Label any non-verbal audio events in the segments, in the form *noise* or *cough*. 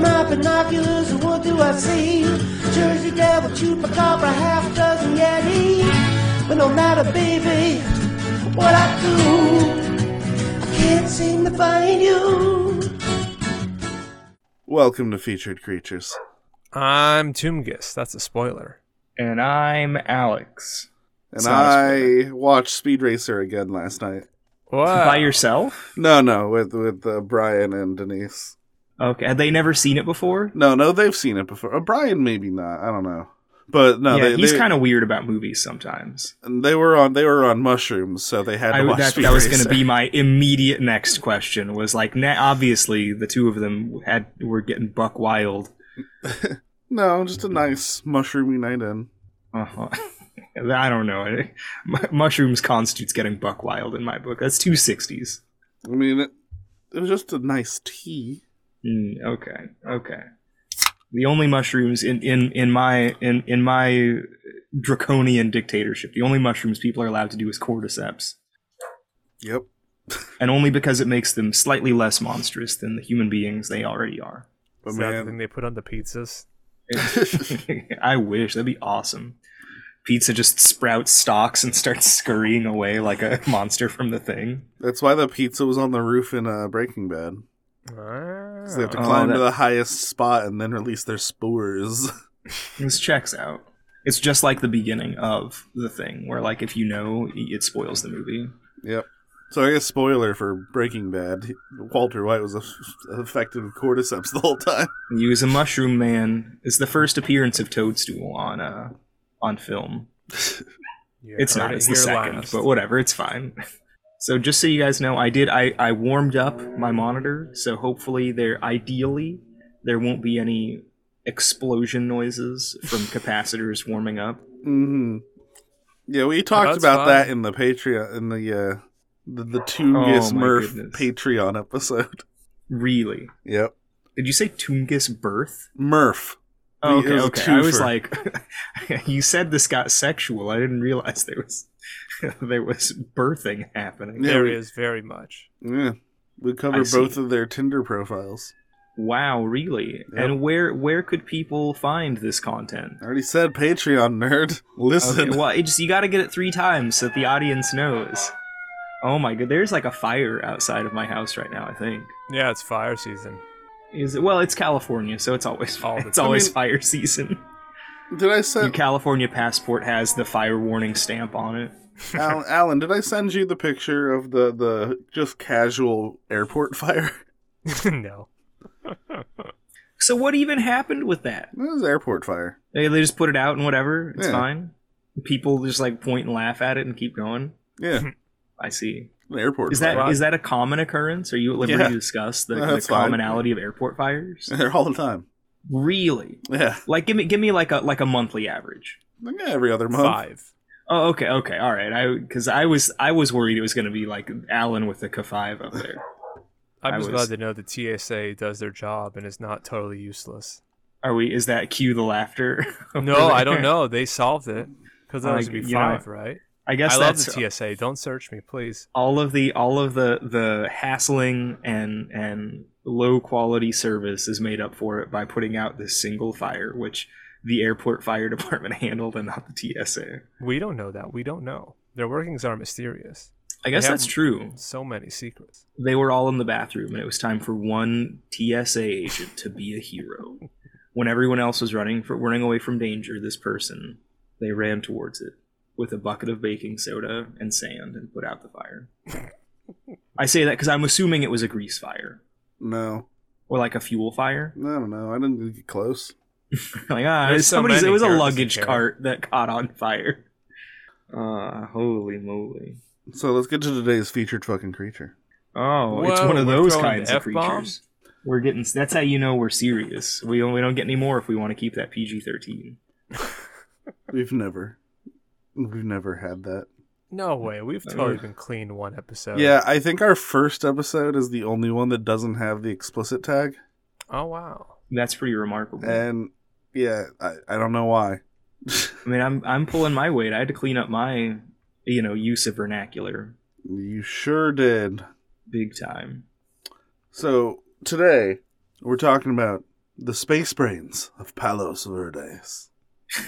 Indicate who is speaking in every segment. Speaker 1: got binoculars, and what do I see? Jersey Devil, Chupacabra, half a dozen Yeti. But no matter, baby, what I do, I can't seem to find you.
Speaker 2: Welcome to Featured Creatures.
Speaker 3: I'm Tumgus. That's a spoiler.
Speaker 4: And I'm Alex.
Speaker 2: And
Speaker 4: It's not a
Speaker 2: I watched Speed Racer again last night.
Speaker 3: What?
Speaker 2: Uh,
Speaker 4: By yourself?
Speaker 2: No, no, with with uh, Brian and Denise.
Speaker 4: Okay. Had they never seen it before?
Speaker 2: No, no, they've seen it before. Uh, Brian, maybe not. I don't know. But no,
Speaker 4: yeah,
Speaker 2: they,
Speaker 4: he's
Speaker 2: they,
Speaker 4: kind of weird about movies sometimes.
Speaker 2: They were on. They were on mushrooms, so they had to
Speaker 4: I,
Speaker 2: watch
Speaker 4: that,
Speaker 2: Speed
Speaker 4: that was
Speaker 2: Racer.
Speaker 4: going
Speaker 2: *laughs*
Speaker 4: to be my immediate next question. Was like, na obviously the two of them had were getting buck wild.
Speaker 2: No, just a nice mushroomy night in.
Speaker 4: Uh-huh. *laughs* I don't know. *laughs* M- Mushrooms constitutes getting buck wild in my book. That's two sixties.
Speaker 2: I mean, it, it was just a nice tea.
Speaker 4: Mm, okay. Okay. The only mushrooms in, in, in my in, in my draconian dictatorship, the only mushrooms people are allowed to do is cordyceps.
Speaker 2: Yep.
Speaker 4: And only because it makes them slightly less monstrous than the human beings they already are. *laughs*
Speaker 2: But
Speaker 3: Is that the thing
Speaker 2: man,
Speaker 3: they put on the pizzas?
Speaker 4: I wish. That'd be awesome. Pizza just sprouts stalks and starts scurrying away like a monster from the thing.
Speaker 2: that's why the pizza was on the roof in uh, Breaking Bad. 'Cause they have to
Speaker 4: Oh,
Speaker 3: Oh.
Speaker 2: climb to
Speaker 4: that-
Speaker 2: the highest spot and then release their spores. *laughs*
Speaker 4: This checks out. It's just like the beginning of the thing, where like if you know, it spoils the movie.
Speaker 2: Yep. So I guess spoiler for Breaking Bad, he- Walter White was aff- affected with cordyceps the whole time.
Speaker 4: He was a mushroom man. It's the first appearance of Toadstool on uh on film.
Speaker 3: You
Speaker 4: it's
Speaker 3: heard
Speaker 4: not.
Speaker 3: it
Speaker 4: It's the
Speaker 3: here
Speaker 4: second,
Speaker 3: last.
Speaker 4: but whatever. It's fine. So just so you guys know, I did. I I warmed up my monitor, so hopefully there. Ideally, there won't be any explosion noises *laughs* from capacitors warming up.
Speaker 2: hmm Yeah, we talked
Speaker 3: that's
Speaker 2: about
Speaker 3: fine.
Speaker 2: that in the Patreon in the uh the, the Tungus
Speaker 4: Oh, my
Speaker 2: Murph
Speaker 4: goodness.
Speaker 2: Patreon episode. *laughs*
Speaker 4: Really?
Speaker 2: Yep.
Speaker 4: Did you say Tungus birth?
Speaker 2: Murph. We- it
Speaker 4: Oh, Okay,
Speaker 2: was a
Speaker 4: okay. I was
Speaker 2: twofer.
Speaker 4: like, *laughs* you said this got sexual. I didn't realize there was *laughs* there was birthing happening.
Speaker 2: Yeah,
Speaker 3: There
Speaker 2: we-
Speaker 3: is very much.
Speaker 2: Yeah. We
Speaker 4: I
Speaker 2: covered
Speaker 4: see.
Speaker 2: both of their Tinder profiles.
Speaker 4: Wow, really?
Speaker 2: Yep.
Speaker 4: And where where could people find this content?
Speaker 2: I already said Patreon nerd. *laughs* Listen.
Speaker 4: Okay, well, it just you got to get it three times so that the audience knows. Oh my god, there's like a fire outside of my house right now. I think
Speaker 3: Yeah, it's fire season. *laughs*
Speaker 4: is it, well, it's California, so it's always
Speaker 3: All
Speaker 4: fire.
Speaker 3: the
Speaker 4: it's
Speaker 2: I
Speaker 4: always
Speaker 2: mean-
Speaker 4: fire season.
Speaker 2: did I
Speaker 4: *laughs* Your
Speaker 2: send
Speaker 4: California passport has the fire warning stamp on it.
Speaker 2: Alan, Alan, did I send you the picture of the the just casual airport *laughs* fire?
Speaker 3: no.
Speaker 4: So what even happened with that?
Speaker 2: It was airport fire.
Speaker 4: They, they just put it out and whatever. It's
Speaker 2: Yeah.
Speaker 4: fine. People just like point and laugh at it and keep going. *laughs*
Speaker 2: Yeah.
Speaker 4: I see.
Speaker 2: An airport.
Speaker 4: Is
Speaker 2: fire.
Speaker 4: that is that a common occurrence? Are you at liberty
Speaker 2: Yeah.
Speaker 4: to discuss the,
Speaker 2: No,
Speaker 4: the
Speaker 2: that's fine.
Speaker 4: commonality of airport fires?
Speaker 2: *laughs* They're all the time?
Speaker 4: really?
Speaker 2: Yeah,
Speaker 4: Like give me give me like a like a monthly average.
Speaker 2: Like, yeah, every other month.
Speaker 3: Five.
Speaker 4: Oh okay okay all right. I because I was I was worried it was going to be like Alan with the K5 up there. I
Speaker 3: I'm just
Speaker 4: was-
Speaker 3: glad to know that TSA does their job and is not totally useless.
Speaker 4: Are we? Is that cue the laughter? *laughs* over
Speaker 3: No, I don't
Speaker 4: there?
Speaker 3: know. They solved it because that
Speaker 4: Oh, Like,
Speaker 3: was gonna be
Speaker 4: you know,
Speaker 3: five, right?
Speaker 4: I
Speaker 3: I
Speaker 4: guess
Speaker 3: love
Speaker 4: that's
Speaker 3: the TSA. Don't search me, please.
Speaker 4: all of the all of the the hassling and and low quality service is made up for it by putting out this single fire, which the airport fire *laughs* department handled and not the TSA.
Speaker 3: We don't know that. We don't know. Their workings are mysterious.
Speaker 4: I guess
Speaker 3: have-
Speaker 4: that's true.
Speaker 3: So many secrets.
Speaker 4: They were all in the bathroom, and it was time for one TSA agent to be a hero. When everyone else was running for running away from danger, this person they ran towards it with a bucket of baking soda and sand and put out the fire.
Speaker 3: *laughs*
Speaker 4: I say that because I'm assuming it was a grease fire
Speaker 2: No,
Speaker 4: or like a fuel fire. *laughs*
Speaker 2: I don't know. I didn't get close.
Speaker 4: like ah,
Speaker 3: There's so
Speaker 4: somebody's
Speaker 3: many
Speaker 4: it was a
Speaker 3: characters
Speaker 4: luggage
Speaker 3: here.
Speaker 4: cart that *laughs* caught on fire.
Speaker 3: Ah,
Speaker 4: Uh, holy moly!
Speaker 2: So let's get to today's featured fucking creature.
Speaker 4: Oh, it's
Speaker 3: Whoa,
Speaker 4: one of
Speaker 3: we're
Speaker 4: those
Speaker 3: throwing
Speaker 4: kinds
Speaker 3: the
Speaker 4: of
Speaker 3: F-bomb?
Speaker 4: creatures. We're getting. That's how you know we're serious. We don't, we don't get any more if we want to keep that PG thirteen.
Speaker 2: We've never, we've never had that.
Speaker 3: No way. We've
Speaker 4: Uh,
Speaker 3: totally been clean one episode.
Speaker 2: Yeah, I think our first episode is the only one that doesn't have the explicit tag,
Speaker 3: Oh wow.
Speaker 4: That's pretty remarkable.
Speaker 2: and yeah, I, I don't know why.
Speaker 4: I mean, I'm I'm pulling my weight. I had to clean up my you know use of vernacular
Speaker 2: you sure did.
Speaker 4: big time.
Speaker 2: So today we're talking about The space brains of Palos Verdes.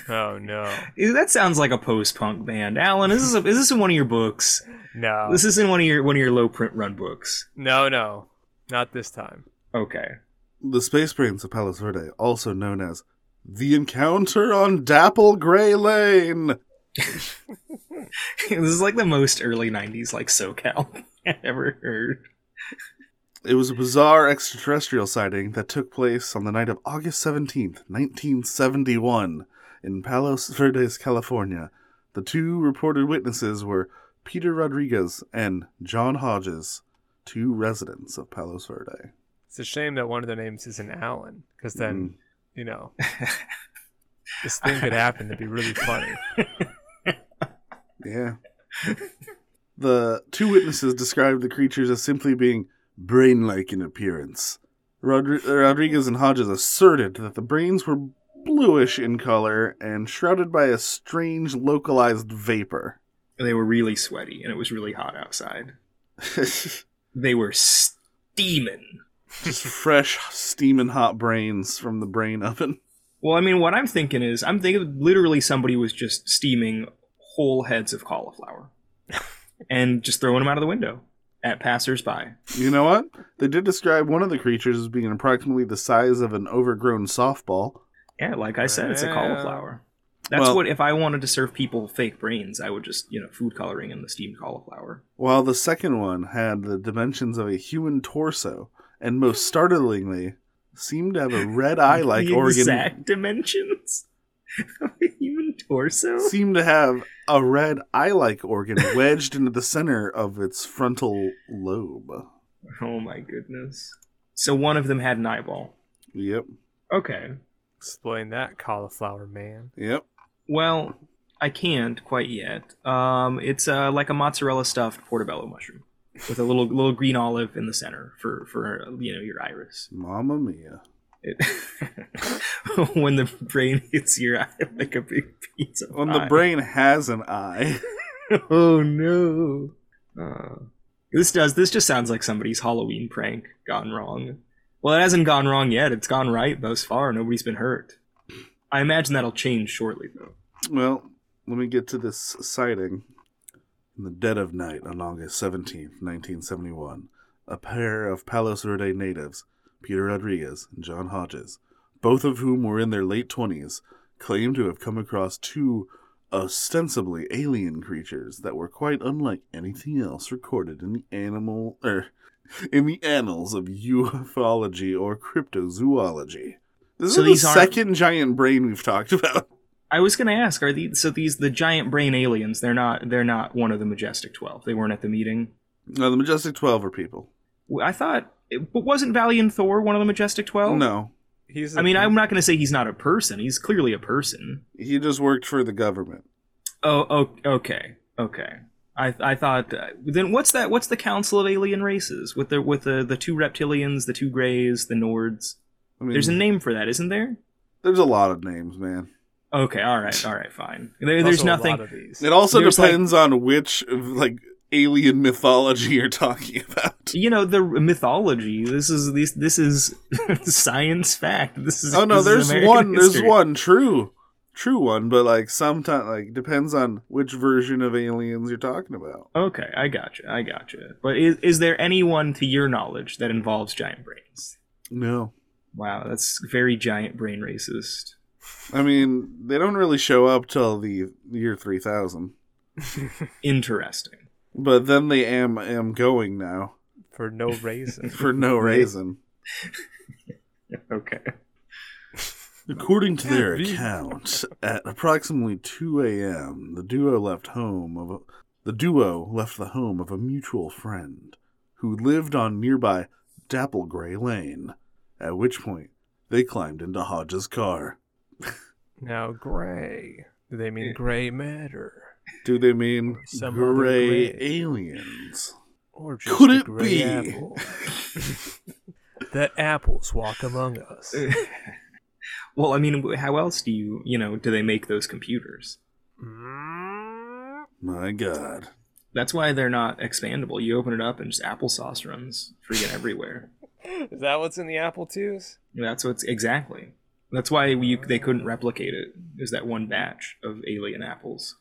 Speaker 3: Oh
Speaker 4: *laughs*
Speaker 3: no,
Speaker 4: Ew, That sounds like a post-punk band. Alan, is this a, is this in one of your books?
Speaker 3: no,
Speaker 4: This is in one of your one of your low print run books.
Speaker 3: no, no, not this time.
Speaker 4: Okay. *laughs*
Speaker 2: The space brains of Palos Verde, also known as the Encounter on Dapple Gray Lane.
Speaker 4: this is like the most early 90s like SoCal *laughs* I've ever heard.
Speaker 2: It was a bizarre extraterrestrial sighting that took place on the night of August 17th, 1971, in Palos Verdes, California. The two reported witnesses were Peter Rodriguez and John Hodges, two residents of Palos Verde.
Speaker 3: It's a shame that one of the names isn't Alan, because then
Speaker 4: Mm.
Speaker 3: you
Speaker 4: *laughs*
Speaker 3: know this thing could happen. That'd be really funny.
Speaker 2: Yeah. the two witnesses described the creatures as simply being brain like in appearance. Rodri- Rodriguez and Hodges asserted that the brains were bluish in color and shrouded by a strange localized vapor. *laughs*
Speaker 4: They were really sweaty and it was really hot outside. They were steaming.
Speaker 2: Just fresh, steaming hot brains from the brain oven.
Speaker 4: Well, I mean, what I'm thinking is, I'm thinking literally somebody was just steaming whole heads
Speaker 2: *laughs*
Speaker 4: of cauliflower and just throwing them out of the window at passersby.
Speaker 2: You know what? They did describe one of the creatures as being approximately the size of an overgrown softball.
Speaker 4: Yeah, like I said, it's a
Speaker 3: Yeah.
Speaker 4: cauliflower. That's
Speaker 2: Well-
Speaker 4: what if I wanted to serve people fake brains, I would just you know food coloring in the steamed cauliflower.
Speaker 2: while the second one had the dimensions of a human torso and most startlingly seemed to have a red eye like
Speaker 4: the
Speaker 2: organ
Speaker 4: exact dimensions *laughs* of a human torso.
Speaker 2: seemed to have a red eye like organ wedged into the center of its frontal lobe
Speaker 4: Oh my goodness! So one of them had an eyeball.
Speaker 2: yep
Speaker 4: Okay,
Speaker 3: Explain that, cauliflower man.
Speaker 2: yep
Speaker 4: well I can't quite yet. Um, it's uh, like a mozzarella stuffed portobello mushroom with a little little green olive in the center for for you know your iris.
Speaker 2: mamma mia
Speaker 4: It *laughs* when the brain *laughs* hits your eye like a big pizza.
Speaker 2: when the
Speaker 4: pie.
Speaker 2: brain has an eye
Speaker 4: *laughs*
Speaker 2: *laughs*
Speaker 4: oh no. Uh, this does. This just sounds like somebody's Halloween prank gone wrong. Well, it hasn't gone wrong yet. It's gone right thus far. Nobody's been hurt. I imagine that'll change shortly, though.
Speaker 2: Well, let me get to this sighting. In the dead of night on August 17, 1971, a pair of Palos Verde natives, Peter Rodriguez and John Hodges, both of whom were in their late 20s, claimed to have come across two ostensibly alien creatures that were quite unlike anything else recorded in the animal er, in the annals of ufology or cryptozoology. This
Speaker 4: So
Speaker 2: is the
Speaker 4: these aren't-
Speaker 2: 2nd giant brain we've talked *laughs* about.
Speaker 4: I was gonna ask, are these so these the giant brain aliens? They're not. They're not one of the majestic twelve. They weren't at the meeting.
Speaker 2: No, the Majestic Twelve are people.
Speaker 4: W- I thought, but wasn't Valiant Thor one of the majestic twelve?
Speaker 2: no,
Speaker 3: He's.
Speaker 4: I mean, I'm not gonna say he's not a person. He's clearly a person.
Speaker 2: he just worked for the government.
Speaker 4: Oh, oh okay, okay. I I thought uh, then what's that? What's the Council of Alien Races with the with the the two reptilians, the two greys, the Nords?
Speaker 2: I mean,
Speaker 4: There's a name for that, isn't there?
Speaker 2: there's a lot of names, man.
Speaker 4: Okay, all right, all right, fine. There, there's
Speaker 3: A lot
Speaker 4: nothing.
Speaker 3: of these.
Speaker 2: It also
Speaker 4: There's, like-
Speaker 2: depends on which like alien mythology *laughs* you're talking about.
Speaker 4: You know the mythology. This is this this is *laughs* science fact. This is
Speaker 2: Oh no,
Speaker 4: this is
Speaker 2: there's
Speaker 4: American
Speaker 2: one. There's
Speaker 4: history.
Speaker 2: one true, true one, but like sometimes like depends on which version of aliens you're talking about.
Speaker 4: Okay, I gotcha, I gotcha. But is is there anyone to your knowledge that involves giant brains?
Speaker 2: No,
Speaker 4: Wow, that's very giant brain racist.
Speaker 2: I mean they don't really show up till the year three thousand,
Speaker 4: Interesting. *laughs*
Speaker 2: but then they am am going now
Speaker 3: for no reason.
Speaker 2: for no reason.
Speaker 4: Okay.
Speaker 2: According to their
Speaker 3: Can't *laughs* be.
Speaker 2: account, at approximately 2 a.m., the duo left home of a, the duo left the home of a mutual friend who lived on nearby Dapplegray Lane. At which point, they climbed into Hodges' car.
Speaker 3: now, gray. Do they mean gray matter,
Speaker 2: Do they mean
Speaker 3: Some other
Speaker 2: gray
Speaker 3: gray.
Speaker 2: aliens?
Speaker 3: or just
Speaker 2: Could
Speaker 3: a
Speaker 2: it
Speaker 3: gray
Speaker 2: be?
Speaker 4: *laughs*
Speaker 3: apple? that apples walk among us.
Speaker 4: Uh. well, I mean, how else do you, you know, do they make those computers?
Speaker 3: Mm,
Speaker 2: My God!
Speaker 4: That's why they're not expandable. You open it up and just applesauce runs freaking everywhere.
Speaker 3: Is that what's in the apple twos?
Speaker 4: That's what's exactly. That's why we, they couldn't replicate it. Is that one batch of alien apples?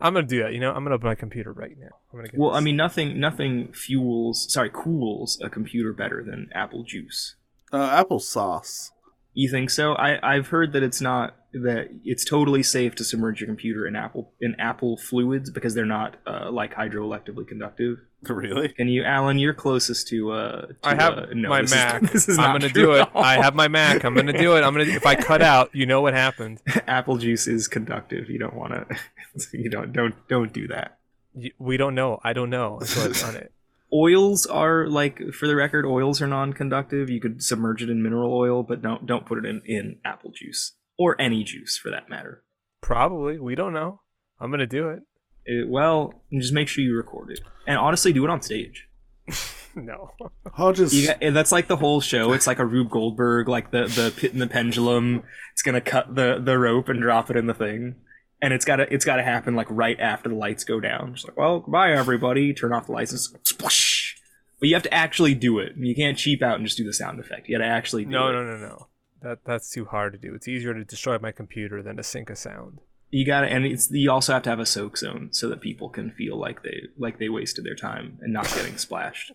Speaker 3: I'm gonna do that. You know, I'm gonna open my computer right now. I'm gonna get
Speaker 4: Well,
Speaker 3: this.
Speaker 4: I mean, nothing nothing fuels sorry cools a computer better than apple juice.
Speaker 2: Uh,
Speaker 3: *laughs*
Speaker 2: applesauce.
Speaker 4: You think so? I I've heard that it's not that it's totally safe to submerge your computer in apple in apple fluids because they're not uh, like hydroelectively conductive.
Speaker 2: Really?
Speaker 4: Can you, Alan? You're closest to. Uh, to
Speaker 3: I have
Speaker 4: uh, no,
Speaker 3: my
Speaker 4: this is-
Speaker 3: Mac.
Speaker 4: *laughs* this is
Speaker 3: I'm
Speaker 4: not
Speaker 3: gonna
Speaker 4: true
Speaker 3: do it.
Speaker 4: at all.
Speaker 3: I have my Mac. I'm gonna do it. I'm gonna. If I cut out, you know what happened.
Speaker 4: *laughs* apple juice is conductive. You don't want to. *laughs* You don't don't don't do that.
Speaker 3: You- We don't know. I don't know until I've done
Speaker 4: *laughs*
Speaker 3: it.
Speaker 4: oils are like for the record oils are non-conductive you could submerge it in mineral oil but don't don't put it in in apple juice or any juice for that matter
Speaker 3: Probably. We don't know. I'm gonna do it. *laughs*
Speaker 4: It- Uh, well just make sure you record it and honestly do it on stage
Speaker 3: No.
Speaker 2: Hodges.
Speaker 4: you got, and that's like the whole show it's like a rube goldberg like the the pit and the pendulum it's gonna cut the the rope and drop it in the thing and it's gotta it's gotta happen like right after the lights go down just like well goodbye everybody turn off the lights and splash but you have to actually do it. You can't cheap out and just do the sound effect. You got to actually do
Speaker 3: No.
Speaker 4: it.
Speaker 3: No. No. No. That that's too hard to do. It's easier to destroy my computer than to sync a sound.
Speaker 4: you gotta and it's you also have to have a soak zone so that people can feel like they like they wasted their time and not getting splashed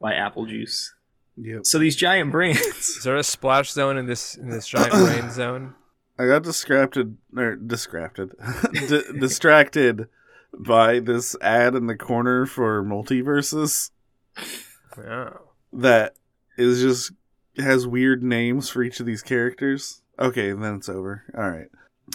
Speaker 4: by apple juice
Speaker 2: Yep.
Speaker 4: so these giant brands
Speaker 2: *laughs*
Speaker 3: Is there a splash zone in this in this
Speaker 4: *coughs*
Speaker 3: giant rain zone?
Speaker 2: I got distracted or distracted, *laughs* D- distracted by this ad in the corner for multiverses
Speaker 3: Oh.
Speaker 2: that is just has weird names for each of these characters. Okay, and then it's over. All right.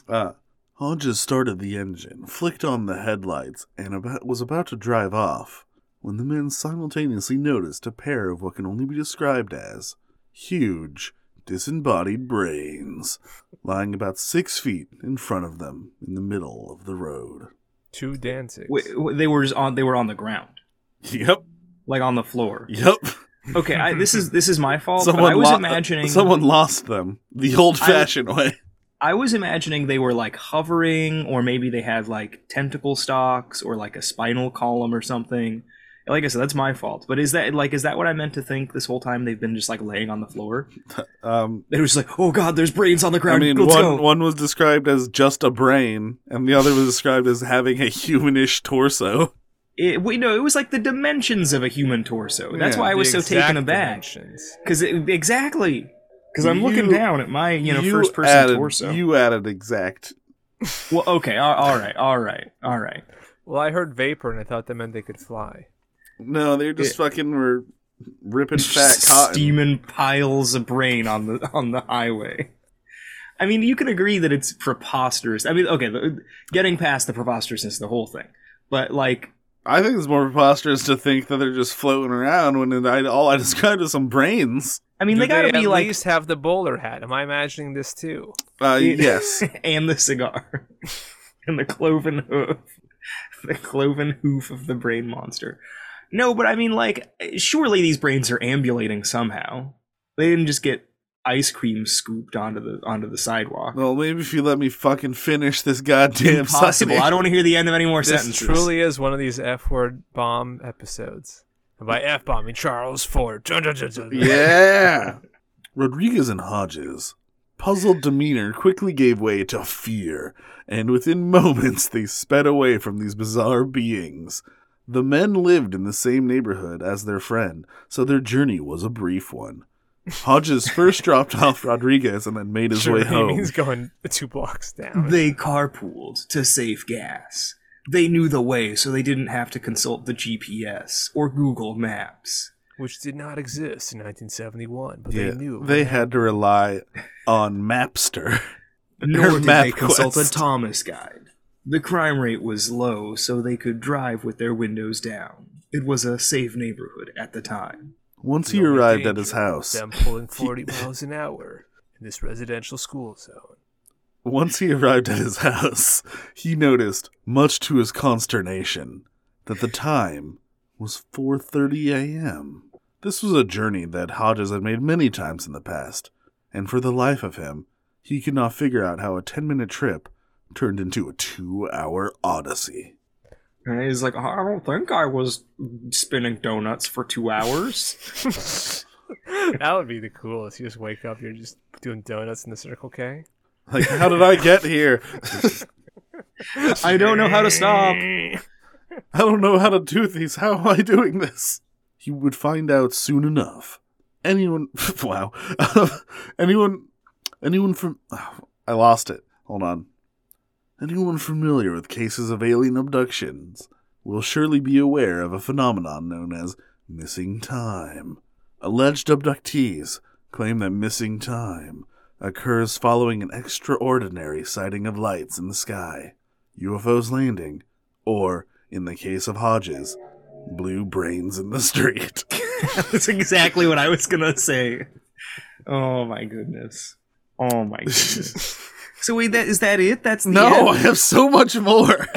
Speaker 2: Uh, Hodges started the engine, flicked on the headlights, and about, was about to drive off when the men simultaneously noticed a pair of what can only be described as huge, disembodied brains lying about six feet in front of them in the middle of the road.
Speaker 3: Two dancing.
Speaker 4: w- w- they were just on they were on the ground
Speaker 2: Yep.
Speaker 4: like on the floor
Speaker 2: *laughs* Yep.
Speaker 4: okay I, this is this is
Speaker 2: *laughs*
Speaker 4: my fault but i was
Speaker 2: lo-
Speaker 4: imagining
Speaker 2: someone lost them the old-fashioned way.
Speaker 4: i was imagining they were like hovering or maybe they had like tentacle stalks or like a spinal column or something like i said that's my fault but is that like is that what i meant to think this whole time they've been just like laying on the floor
Speaker 2: Um,
Speaker 4: It was like, oh god, there's brains on the
Speaker 2: I
Speaker 4: ground.
Speaker 2: mean,
Speaker 4: Let's
Speaker 2: one
Speaker 4: go.
Speaker 2: one was described as just a brain, and the other was described as having a humanish torso.
Speaker 4: It, we know it was like the dimensions of a human torso. That's
Speaker 2: Yeah,
Speaker 4: why I
Speaker 3: The
Speaker 4: was so
Speaker 3: exact
Speaker 4: taken aback.
Speaker 3: dimensions.
Speaker 4: Because exactly, because I'm looking
Speaker 2: You-
Speaker 4: down at my you know first person
Speaker 2: added,
Speaker 4: torso.
Speaker 2: You added exact.
Speaker 4: well, okay, all, all right, all right, all right.
Speaker 3: Well, I heard vapor and I thought that meant they could fly.
Speaker 2: No, they're just fucking were
Speaker 4: *laughs*
Speaker 2: ripping fat cotton.
Speaker 4: Steaming piles of brain on the on the highway. I mean, you can agree that it's preposterous. I mean, okay, the, getting past the preposterousness, of the whole thing, but like
Speaker 2: I think it's more preposterous to think that they're just floating around when I, all I described is some brains.
Speaker 4: I mean,
Speaker 3: Do
Speaker 4: they gotta
Speaker 3: at
Speaker 4: be like
Speaker 3: least have the bowler hat. Am I imagining this too?
Speaker 4: *laughs*
Speaker 2: Uh,
Speaker 4: It-
Speaker 2: yes,
Speaker 4: and the cigar. *laughs* and the cloven hoof. The cloven hoof of the brain monster. No, but I mean, like, surely these brains are ambulating somehow. They didn't just get ice cream scooped onto the onto the sidewalk.
Speaker 2: well, maybe if you let me fucking finish this goddamn
Speaker 4: Impossible.
Speaker 2: Sighting.
Speaker 4: I don't want to hear the end of any more
Speaker 3: This
Speaker 4: sentences.
Speaker 3: truly is one of these F word bomb episodes. And by F bombing, Charles Ford. Dun, dun, dun, dun, dun.
Speaker 2: Yeah. *laughs* Rodriguez and Hodges' puzzled demeanor quickly gave way to fear, and within *laughs* moments they sped away from these bizarre beings. The men lived in the same neighborhood as their friend, so their journey was a brief one.
Speaker 3: *laughs*
Speaker 2: Hodges first dropped off Rodriguez and then made his
Speaker 3: Sure,
Speaker 2: way
Speaker 3: he
Speaker 2: home.
Speaker 3: means going two blocks down.
Speaker 4: They carpooled to save gas. They knew the way, so they didn't have to consult the GPS or Google Maps.
Speaker 3: which did not exist in 1971, but
Speaker 2: Yeah,
Speaker 3: they knew. it
Speaker 2: they
Speaker 3: would.
Speaker 2: had to rely on Mapster. *laughs*
Speaker 4: Nor did they
Speaker 2: MapQuest.
Speaker 4: consult a Thomas guide. The crime rate was low, so they could drive with their windows down. It was a safe neighborhood at the time.
Speaker 2: Once
Speaker 3: The
Speaker 2: he
Speaker 3: only
Speaker 2: arrived at his
Speaker 3: danger
Speaker 2: house,
Speaker 3: was
Speaker 2: *laughs*
Speaker 3: Them pulling 40 miles an hour in this residential
Speaker 2: *laughs*
Speaker 3: school zone.
Speaker 2: Once he arrived at his house, he noticed, much to his consternation, that the time was 4:30 a.m. This was a journey that Hodges had made many times in the past, and for the life of him, he could not figure out how a 10-minute trip turned into a 2-hour odyssey.
Speaker 4: And he's like, I don't think I was spinning donuts for two hours.
Speaker 3: that would be the coolest. You just wake up, you're just doing donuts in the Circle K.
Speaker 2: Like, how did I get here?
Speaker 4: *laughs* I don't know how
Speaker 3: *laughs*
Speaker 4: to stop.
Speaker 2: I don't know how to do these. How am I doing this? He would find out soon enough. Anyone, *laughs* wow, anyone, anyone from, *sighs* I lost it. Hold on. Anyone familiar with cases of alien abductions will surely be aware of a phenomenon known as missing time. Alleged abductees claim that missing time occurs following an extraordinary sighting of lights in the sky, UFOs landing, or, in the case of Hodges, blue brains in the
Speaker 3: *laughs*
Speaker 2: street.
Speaker 4: That's exactly what I was gonna say. Oh my goodness. Oh my goodness. so wait, that is that it? That's the
Speaker 2: no, I
Speaker 4: End?
Speaker 2: have so much *laughs* more.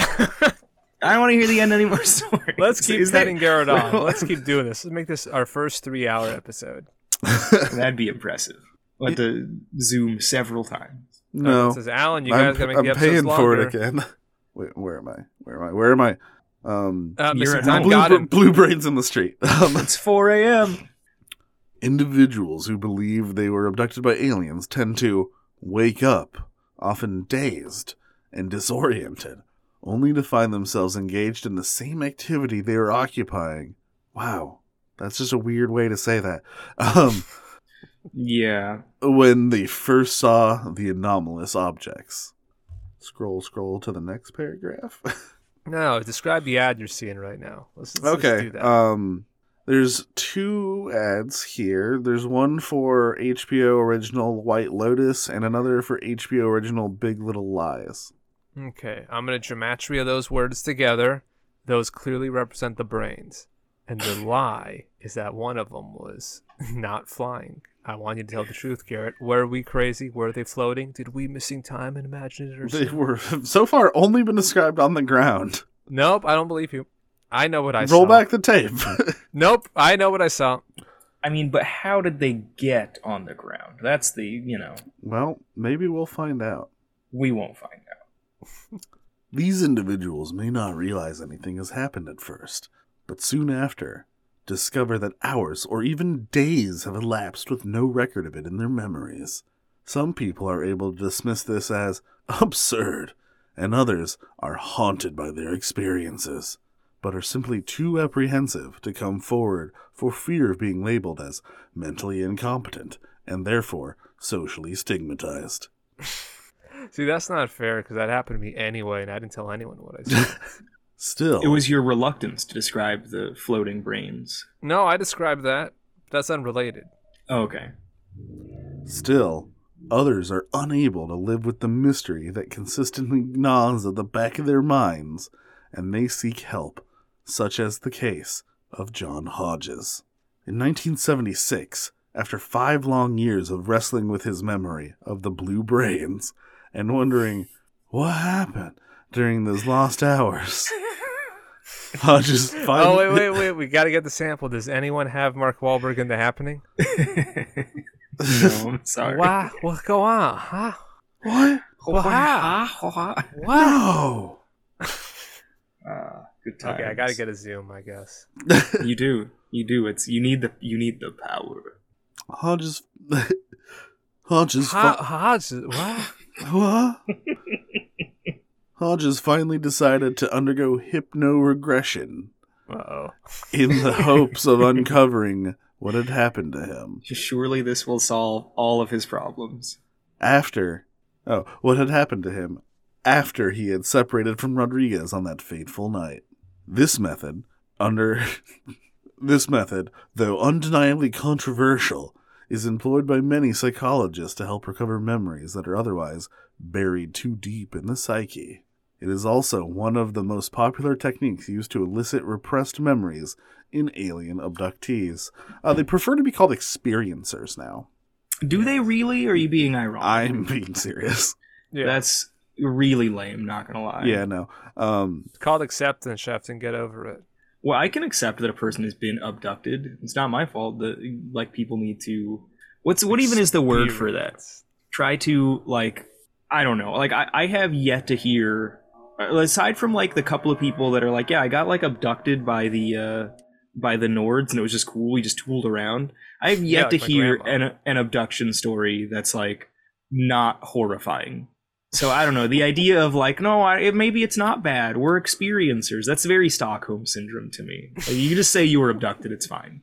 Speaker 4: I don't want to hear the end anymore. *laughs* Sorry.
Speaker 3: Let's keep
Speaker 4: Is
Speaker 3: petting Garrett
Speaker 2: *laughs*
Speaker 3: on.
Speaker 4: Well-
Speaker 3: Let's keep doing this. Let's make this our first three-hour episode.
Speaker 4: That'd be impressive. We'll have to zoom several times.
Speaker 2: no,
Speaker 3: Uh, It says Alan, you
Speaker 2: I'm,
Speaker 3: guys gotta make
Speaker 2: I'm
Speaker 3: the episodes
Speaker 2: paying for
Speaker 3: longer.
Speaker 2: it again. *laughs* Wait, where am I? Where am I? Where am I? Um,
Speaker 3: Uh,
Speaker 4: You're
Speaker 3: Mr.
Speaker 4: at
Speaker 3: Time
Speaker 4: home.
Speaker 2: blue,
Speaker 3: got
Speaker 2: bra-
Speaker 3: him.
Speaker 2: blue brains in the street. Um,
Speaker 4: It's 4 a.m.
Speaker 2: individuals who believe they were abducted by aliens tend to wake up, often dazed and disoriented, only to find themselves engaged in the same activity they were occupying. Wow, that's just a weird way to say that. *laughs* Um,
Speaker 4: Yeah.
Speaker 2: when they first saw the anomalous objects. Scroll, scroll to the next paragraph. *laughs*
Speaker 3: No, describe the ad you're seeing right now. Let's, let's just
Speaker 2: okay.
Speaker 3: do that.
Speaker 2: Um, there's two ads here. There's one for HBO original White Lotus, and another for HBO original Big Little Lies.
Speaker 3: okay, I'm gonna gematria those words together. Those clearly represent the brains,
Speaker 2: *laughs*
Speaker 3: and the lie is that one of them was *laughs* not flying. I want you to tell the truth, Garrett. Were we crazy? Were they floating? Did we missing time and imagine it?
Speaker 2: *laughs*
Speaker 3: Or
Speaker 2: They were so far only been described on the ground.
Speaker 3: nope, I don't believe you. I know what I saw.
Speaker 2: Roll back the
Speaker 3: *laughs*
Speaker 2: tape.
Speaker 3: Nope, I know what I saw.
Speaker 4: I mean, but how did they get on the ground? That's the, you know,
Speaker 2: well, maybe we'll find out.
Speaker 4: we won't find out.
Speaker 2: These individuals may not realize anything has happened at first, but soon after, discover that hours or even days have elapsed with no record of it in their memories. Some people are able to dismiss this as absurd, and others are haunted by their experiences, but are simply too apprehensive to come forward for fear of being labeled as mentally incompetent and therefore socially stigmatized.
Speaker 3: See, that's not fair because that happened to me anyway, and I didn't tell anyone what I saw.
Speaker 4: *laughs*
Speaker 2: Still,
Speaker 4: It was your reluctance to describe the floating brains.
Speaker 3: no, I described that. That's unrelated.
Speaker 4: Oh, Okay.
Speaker 2: Still, others are unable to live with the mystery that consistently gnaws at the back of their minds, and they seek help, such as the case of John Hodges. In 1976, after five long years of wrestling with his memory of the blue brains and wondering what happened during those lost
Speaker 3: *laughs*
Speaker 2: hours, Hodges finally.
Speaker 3: Oh wait, wait, wait! We got to get the sample. Does anyone have Mark Wahlberg in The Happening?
Speaker 4: *laughs* no, I'm sorry.
Speaker 3: Why? What go on? Huh?
Speaker 2: What?
Speaker 4: Wow.
Speaker 2: No!
Speaker 4: Ah, good times.
Speaker 3: Okay, I got to get a zoom, I guess.
Speaker 4: You do. You do. It's you need the you need the power.
Speaker 2: Hodges. *laughs* Hodges. fi-
Speaker 3: Ho- Hodge, what?
Speaker 2: What? Hodges finally decided to undergo hypno-regression
Speaker 3: Uh-oh.
Speaker 2: in the hopes of uncovering what had happened to him.
Speaker 4: Surely this will solve all of his problems.
Speaker 2: After, oh, what had happened to him after he had separated from Rodriguez on that fateful night. This method, under *laughs* this method, though undeniably controversial, is employed by many psychologists to help recover memories that are otherwise buried too deep in the psyche. It is also one of the most popular techniques used to elicit repressed memories in alien abductees. Uh, they prefer to be called experiencers now.
Speaker 4: Do they really? Or are you being ironic?
Speaker 2: I'm being serious.
Speaker 3: Yeah, That's...
Speaker 4: That's really lame. Not gonna lie.
Speaker 2: Yeah, no. Um,
Speaker 3: it's called acceptance, Chef, and get over it.
Speaker 4: Well, I can accept that a person has been abducted. It's not my fault that like people need to. What's what even is the word for that?
Speaker 3: Experience.
Speaker 4: Try to like I don't know. Like I, I have yet to hear aside from like the couple of people that are like, yeah, I got like abducted by the uh by the Nords and it was just cool. We just tooled around. I have yet
Speaker 3: Yeah,
Speaker 4: to
Speaker 3: like my
Speaker 4: hear
Speaker 3: grandma.
Speaker 4: an, an abduction story that's like not horrifying. So I don't know. The idea of like, no, I, it, maybe it's not bad. We're experiencers. That's very Stockholm syndrome to me. Like, you just say you were abducted. It's fine.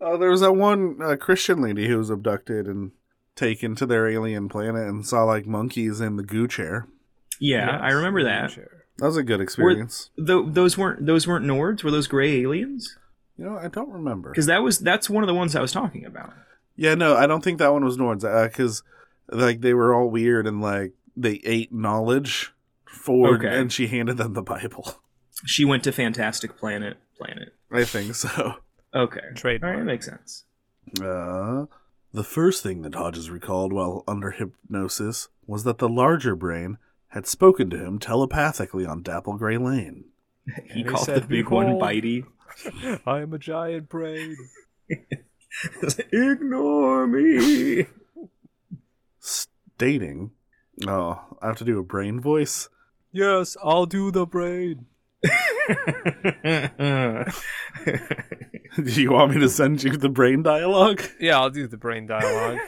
Speaker 2: Oh, there was that one uh, Christian lady who was abducted and taken to their alien planet and saw like monkeys in the goo chair.
Speaker 4: Yeah, I
Speaker 3: Yes,
Speaker 4: remember that.
Speaker 3: wheelchair.
Speaker 2: That was a good experience.
Speaker 4: Tho- those weren't those weren't Nords. Were those gray aliens?
Speaker 2: You know, I don't remember.
Speaker 4: Because that was that's one of the ones I was talking about.
Speaker 2: Yeah, no, I don't think that one was Nords because like they were all weird and like they ate knowledge for
Speaker 4: Okay.
Speaker 2: and she handed them the Bible. *laughs*
Speaker 4: She went to Fantastic Planet Planet.
Speaker 2: I think so.
Speaker 4: Okay,
Speaker 3: Trademark.
Speaker 4: All right, makes sense.
Speaker 2: Uh, the first thing that Hodges recalled while under hypnosis was that the larger brain had spoken to him telepathically on Dapple Gray Lane.
Speaker 4: He
Speaker 3: And he
Speaker 4: called the
Speaker 3: said,
Speaker 4: big
Speaker 3: "Behold."
Speaker 4: one Bitey. *laughs*
Speaker 3: I am a giant brain.
Speaker 4: Ignore
Speaker 3: *laughs*
Speaker 4: me. *laughs*
Speaker 2: stating, "Oh, I have to do a brain voice." *laughs*
Speaker 3: Yes, I'll do the brain.
Speaker 2: do you want me to send you the brain dialogue?
Speaker 3: Yeah, I'll do the brain dialogue.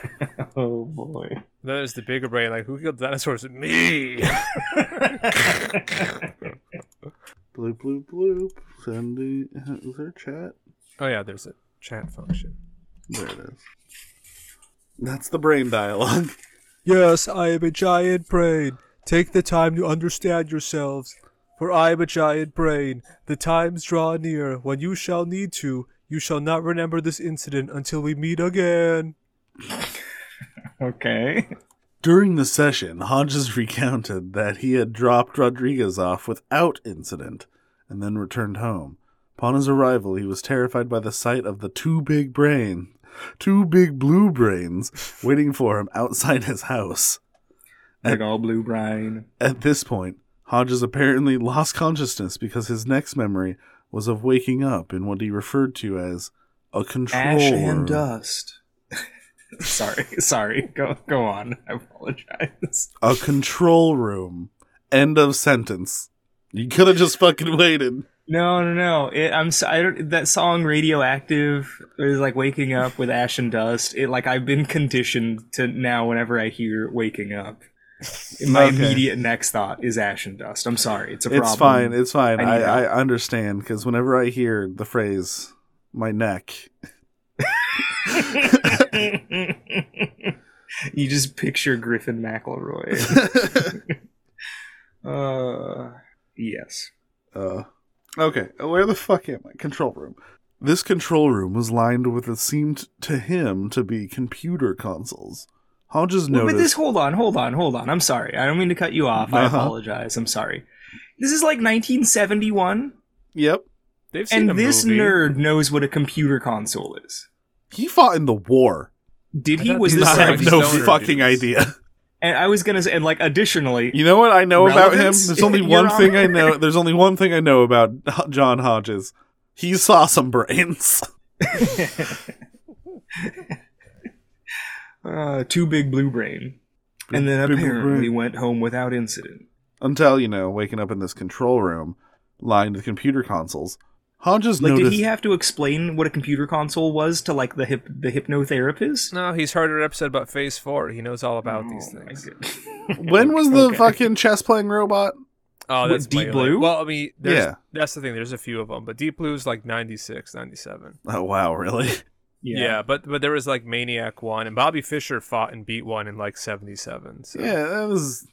Speaker 4: oh boy.
Speaker 3: then there's the bigger brain, like who killed the dinosaurs?
Speaker 4: *laughs*
Speaker 3: Me.
Speaker 2: Bloop bloop bloop. Sending. Is there chat?
Speaker 3: oh yeah, there's a chat function.
Speaker 2: There it is. That's the brain dialogue.
Speaker 3: Yes, I am a giant brain. Take the time to understand yourselves, for I am a giant brain. The times draw near when you shall need to. You shall not remember this incident until we meet again.
Speaker 4: okay.
Speaker 2: During the session, Hodges *laughs* recounted that he had dropped Rodriguez off without incident and then returned home. Upon his arrival, he was terrified by the sight of the two big brain, two big blue brains waiting for him outside his house.
Speaker 4: Like all blue brine.
Speaker 2: At this point, Hodges apparently lost consciousness because his next memory was of waking up in what he referred to as a control
Speaker 4: Ash and
Speaker 2: room.
Speaker 4: dust. *laughs* sorry, sorry. Go go on. I apologize.
Speaker 2: A control room. End of sentence. You could have just fucking waited.
Speaker 4: No, no, no. It, I'm so, I don't, that song "Radioactive" is like waking up with ash and dust. It like I've been conditioned to now. Whenever I hear "waking up," my
Speaker 2: Okay.
Speaker 4: immediate next thought is ash and dust. I'm sorry, it's a problem.
Speaker 2: It's fine. It's fine.
Speaker 4: I need
Speaker 2: I, I,
Speaker 4: help.
Speaker 2: understand because whenever I hear the phrase "my neck,"
Speaker 4: *laughs* *laughs* you just picture Griffin McElroy. uh, yes.
Speaker 2: Uh, okay, where the fuck am I? Control room. This control room was lined with what seemed to him to be computer consoles. Hodges
Speaker 4: Well,
Speaker 2: noticed.
Speaker 4: But this, hold on, hold on, hold on. I'm sorry. I don't mean to cut you off. I
Speaker 2: Uh-huh.
Speaker 4: apologize. I'm sorry. This is like 1971,
Speaker 2: Yep,
Speaker 3: They've seen
Speaker 4: and
Speaker 3: a
Speaker 4: this
Speaker 3: movie.
Speaker 4: nerd knows what a computer console is.
Speaker 2: he fought in the war.
Speaker 4: Did
Speaker 3: I
Speaker 4: he?
Speaker 3: thought
Speaker 4: Was
Speaker 3: these
Speaker 4: this
Speaker 3: were
Speaker 2: I
Speaker 4: like,
Speaker 2: have no
Speaker 3: stoner
Speaker 2: fucking
Speaker 3: dudes.
Speaker 2: idea.
Speaker 4: And I was gonna say, and like additionally,
Speaker 2: You know what I know about him?
Speaker 4: Relevance?
Speaker 2: There's only
Speaker 4: *laughs* You're
Speaker 2: one
Speaker 4: on-
Speaker 2: thing I know. There's only one thing I know about H- John Hodges. He saw some brains.
Speaker 4: uh, too big blue brain, and then
Speaker 2: Big blue
Speaker 4: apparently
Speaker 2: brain.
Speaker 4: went home without incident.
Speaker 2: until you know waking up in this control room lined with computer consoles hodges
Speaker 4: Like,
Speaker 2: noticed
Speaker 4: did he have to explain what a computer console was to like the hip the hypnotherapist?
Speaker 3: No, he's heard an episode about Phase Four. He knows all about these
Speaker 4: Oh my
Speaker 3: things.
Speaker 4: goodness.
Speaker 2: *laughs* *laughs* when was the
Speaker 4: Okay.
Speaker 2: fucking chess playing robot
Speaker 3: Oh,
Speaker 4: What,
Speaker 3: that's
Speaker 4: Deep
Speaker 3: way
Speaker 4: Blue?
Speaker 3: late. Well, I mean, there's,
Speaker 2: Yeah.
Speaker 3: that's the thing. There's a few of them, but Deep Blue is like 96, 97.
Speaker 2: oh wow really
Speaker 4: *laughs*
Speaker 3: Yeah. but but there was like Maniac one, and Bobby Fischer fought and beat one in like 77. So.
Speaker 2: yeah that was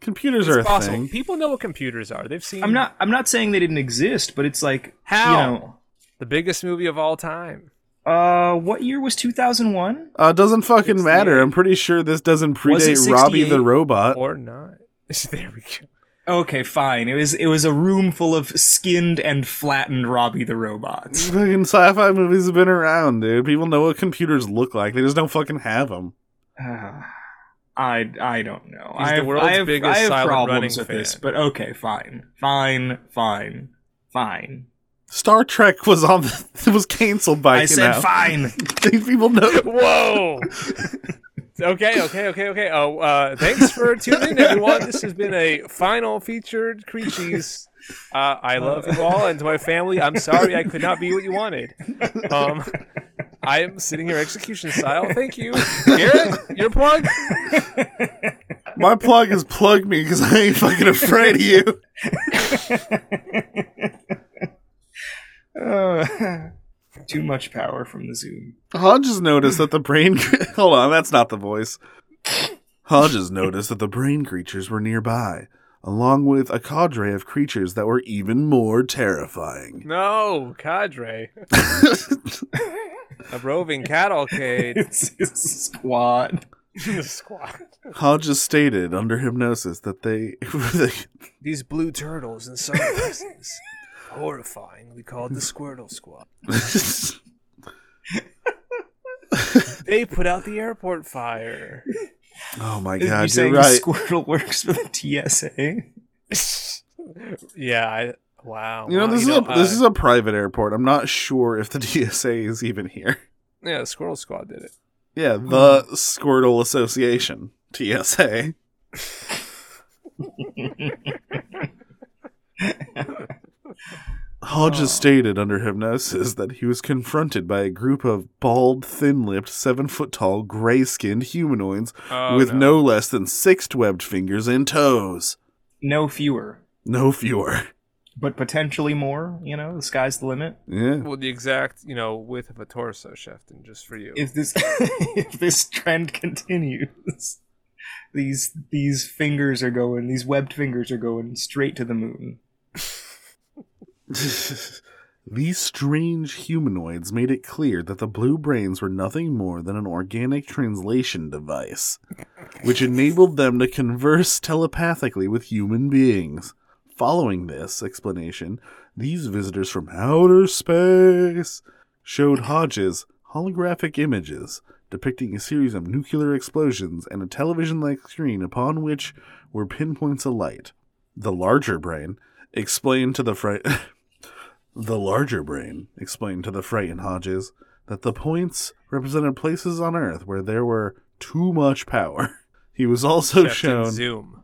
Speaker 2: computers
Speaker 3: It's
Speaker 2: are a
Speaker 3: possible.
Speaker 2: thing
Speaker 3: People know what computers are. They've seen
Speaker 4: I'm not. I'm not saying they didn't exist, but it's like
Speaker 3: How?
Speaker 4: You know,
Speaker 3: the biggest movie of all time.
Speaker 4: Uh, what year was 2001?
Speaker 2: uh, doesn't fucking
Speaker 4: 68.
Speaker 2: matter. I'm pretty sure this doesn't
Speaker 4: Was it
Speaker 2: predate Robbie the
Speaker 4: 68?
Speaker 2: Robot.
Speaker 3: or not. *laughs* there we go.
Speaker 4: Okay, fine. It was it was a room full of skinned and flattened Robbie the robots.
Speaker 2: Fucking sci-fi movies have been around, dude. People know what computers look like. They just don't fucking have them.
Speaker 4: Uh, *sighs* I I don't know.
Speaker 3: He's
Speaker 4: I
Speaker 3: the
Speaker 4: have,
Speaker 3: world's
Speaker 4: I have,
Speaker 3: biggest
Speaker 4: I have
Speaker 3: silent running
Speaker 4: problems with this,
Speaker 3: fan.
Speaker 4: but okay, fine, fine, fine, fine.
Speaker 2: Star Trek was on. The, *laughs* it was canceled by.
Speaker 4: I
Speaker 2: you
Speaker 4: said
Speaker 2: know.
Speaker 4: fine.
Speaker 2: *laughs* People know.
Speaker 3: Whoa. *laughs* okay, okay, okay, okay. Oh, uh, thanks for tuning in, everyone. This has been a final featured Creachies Uh, I love you all, and to my family, I'm sorry I could not be what you wanted. Um, I am sitting here execution style. Thank you, Garrett. Your plug.
Speaker 2: My plug is plug me because I ain't fucking afraid of you.
Speaker 3: *laughs*
Speaker 4: Uh, *laughs* too much power from the Zoom.
Speaker 2: Hodges noticed that the brain. *laughs* Hold on, that's not the voice. Hodges noticed that the brain creatures were nearby, along with a cadre of creatures that were even more *laughs* terrifying.
Speaker 3: No, cadre. A roving cavalcade.
Speaker 4: It's, it's a squad.
Speaker 3: *laughs* The squad.
Speaker 2: Hodges stated under hypnosis that they *laughs*
Speaker 3: These blue turtles and sunglasses. Horrifying. We called the Squirtle Squad. They put out the airport fire. *laughs*
Speaker 2: Oh my
Speaker 4: you
Speaker 2: god, you're
Speaker 4: saying
Speaker 2: right.
Speaker 4: Squirtle works for the TSA?
Speaker 3: yeah. I, wow.
Speaker 2: You know,
Speaker 3: wow,
Speaker 2: this is a this
Speaker 3: uh,
Speaker 2: is a private airport. I'm not sure if the *laughs* DSA is even here.
Speaker 3: yeah. The Squirtle Squad did it.
Speaker 2: Yeah, the Squirtle Association, TSA. Hodges stated under hypnosis that he was confronted by a group of bald, thin lipped, seven foot tall, gray skinned humanoids
Speaker 3: Oh,
Speaker 2: with no less than six webbed fingers and toes.
Speaker 4: No fewer,
Speaker 2: No fewer.
Speaker 4: but potentially more. You know, the sky's the limit.
Speaker 2: Yeah.
Speaker 3: Well, the exact, you know, width of a torso, Shefton, just for you.
Speaker 4: *laughs* If this if this trend continues, these these fingers are going. These webbed fingers are going straight to the moon.
Speaker 2: *laughs* These strange humanoids made it clear that the blue brains were nothing more than an organic translation device, which enabled them to converse telepathically with human beings. Following this explanation, these visitors from outer space showed Hodges holographic images depicting a series of nuclear explosions and a television like screen upon which were pinpoints of light. The larger brain explained to the fright. *laughs* The larger brain explained to the frightened Hodges that the points represented places on Earth where there were too much power. *laughs* He was also
Speaker 3: Shefton,
Speaker 2: shown.
Speaker 3: Zoom.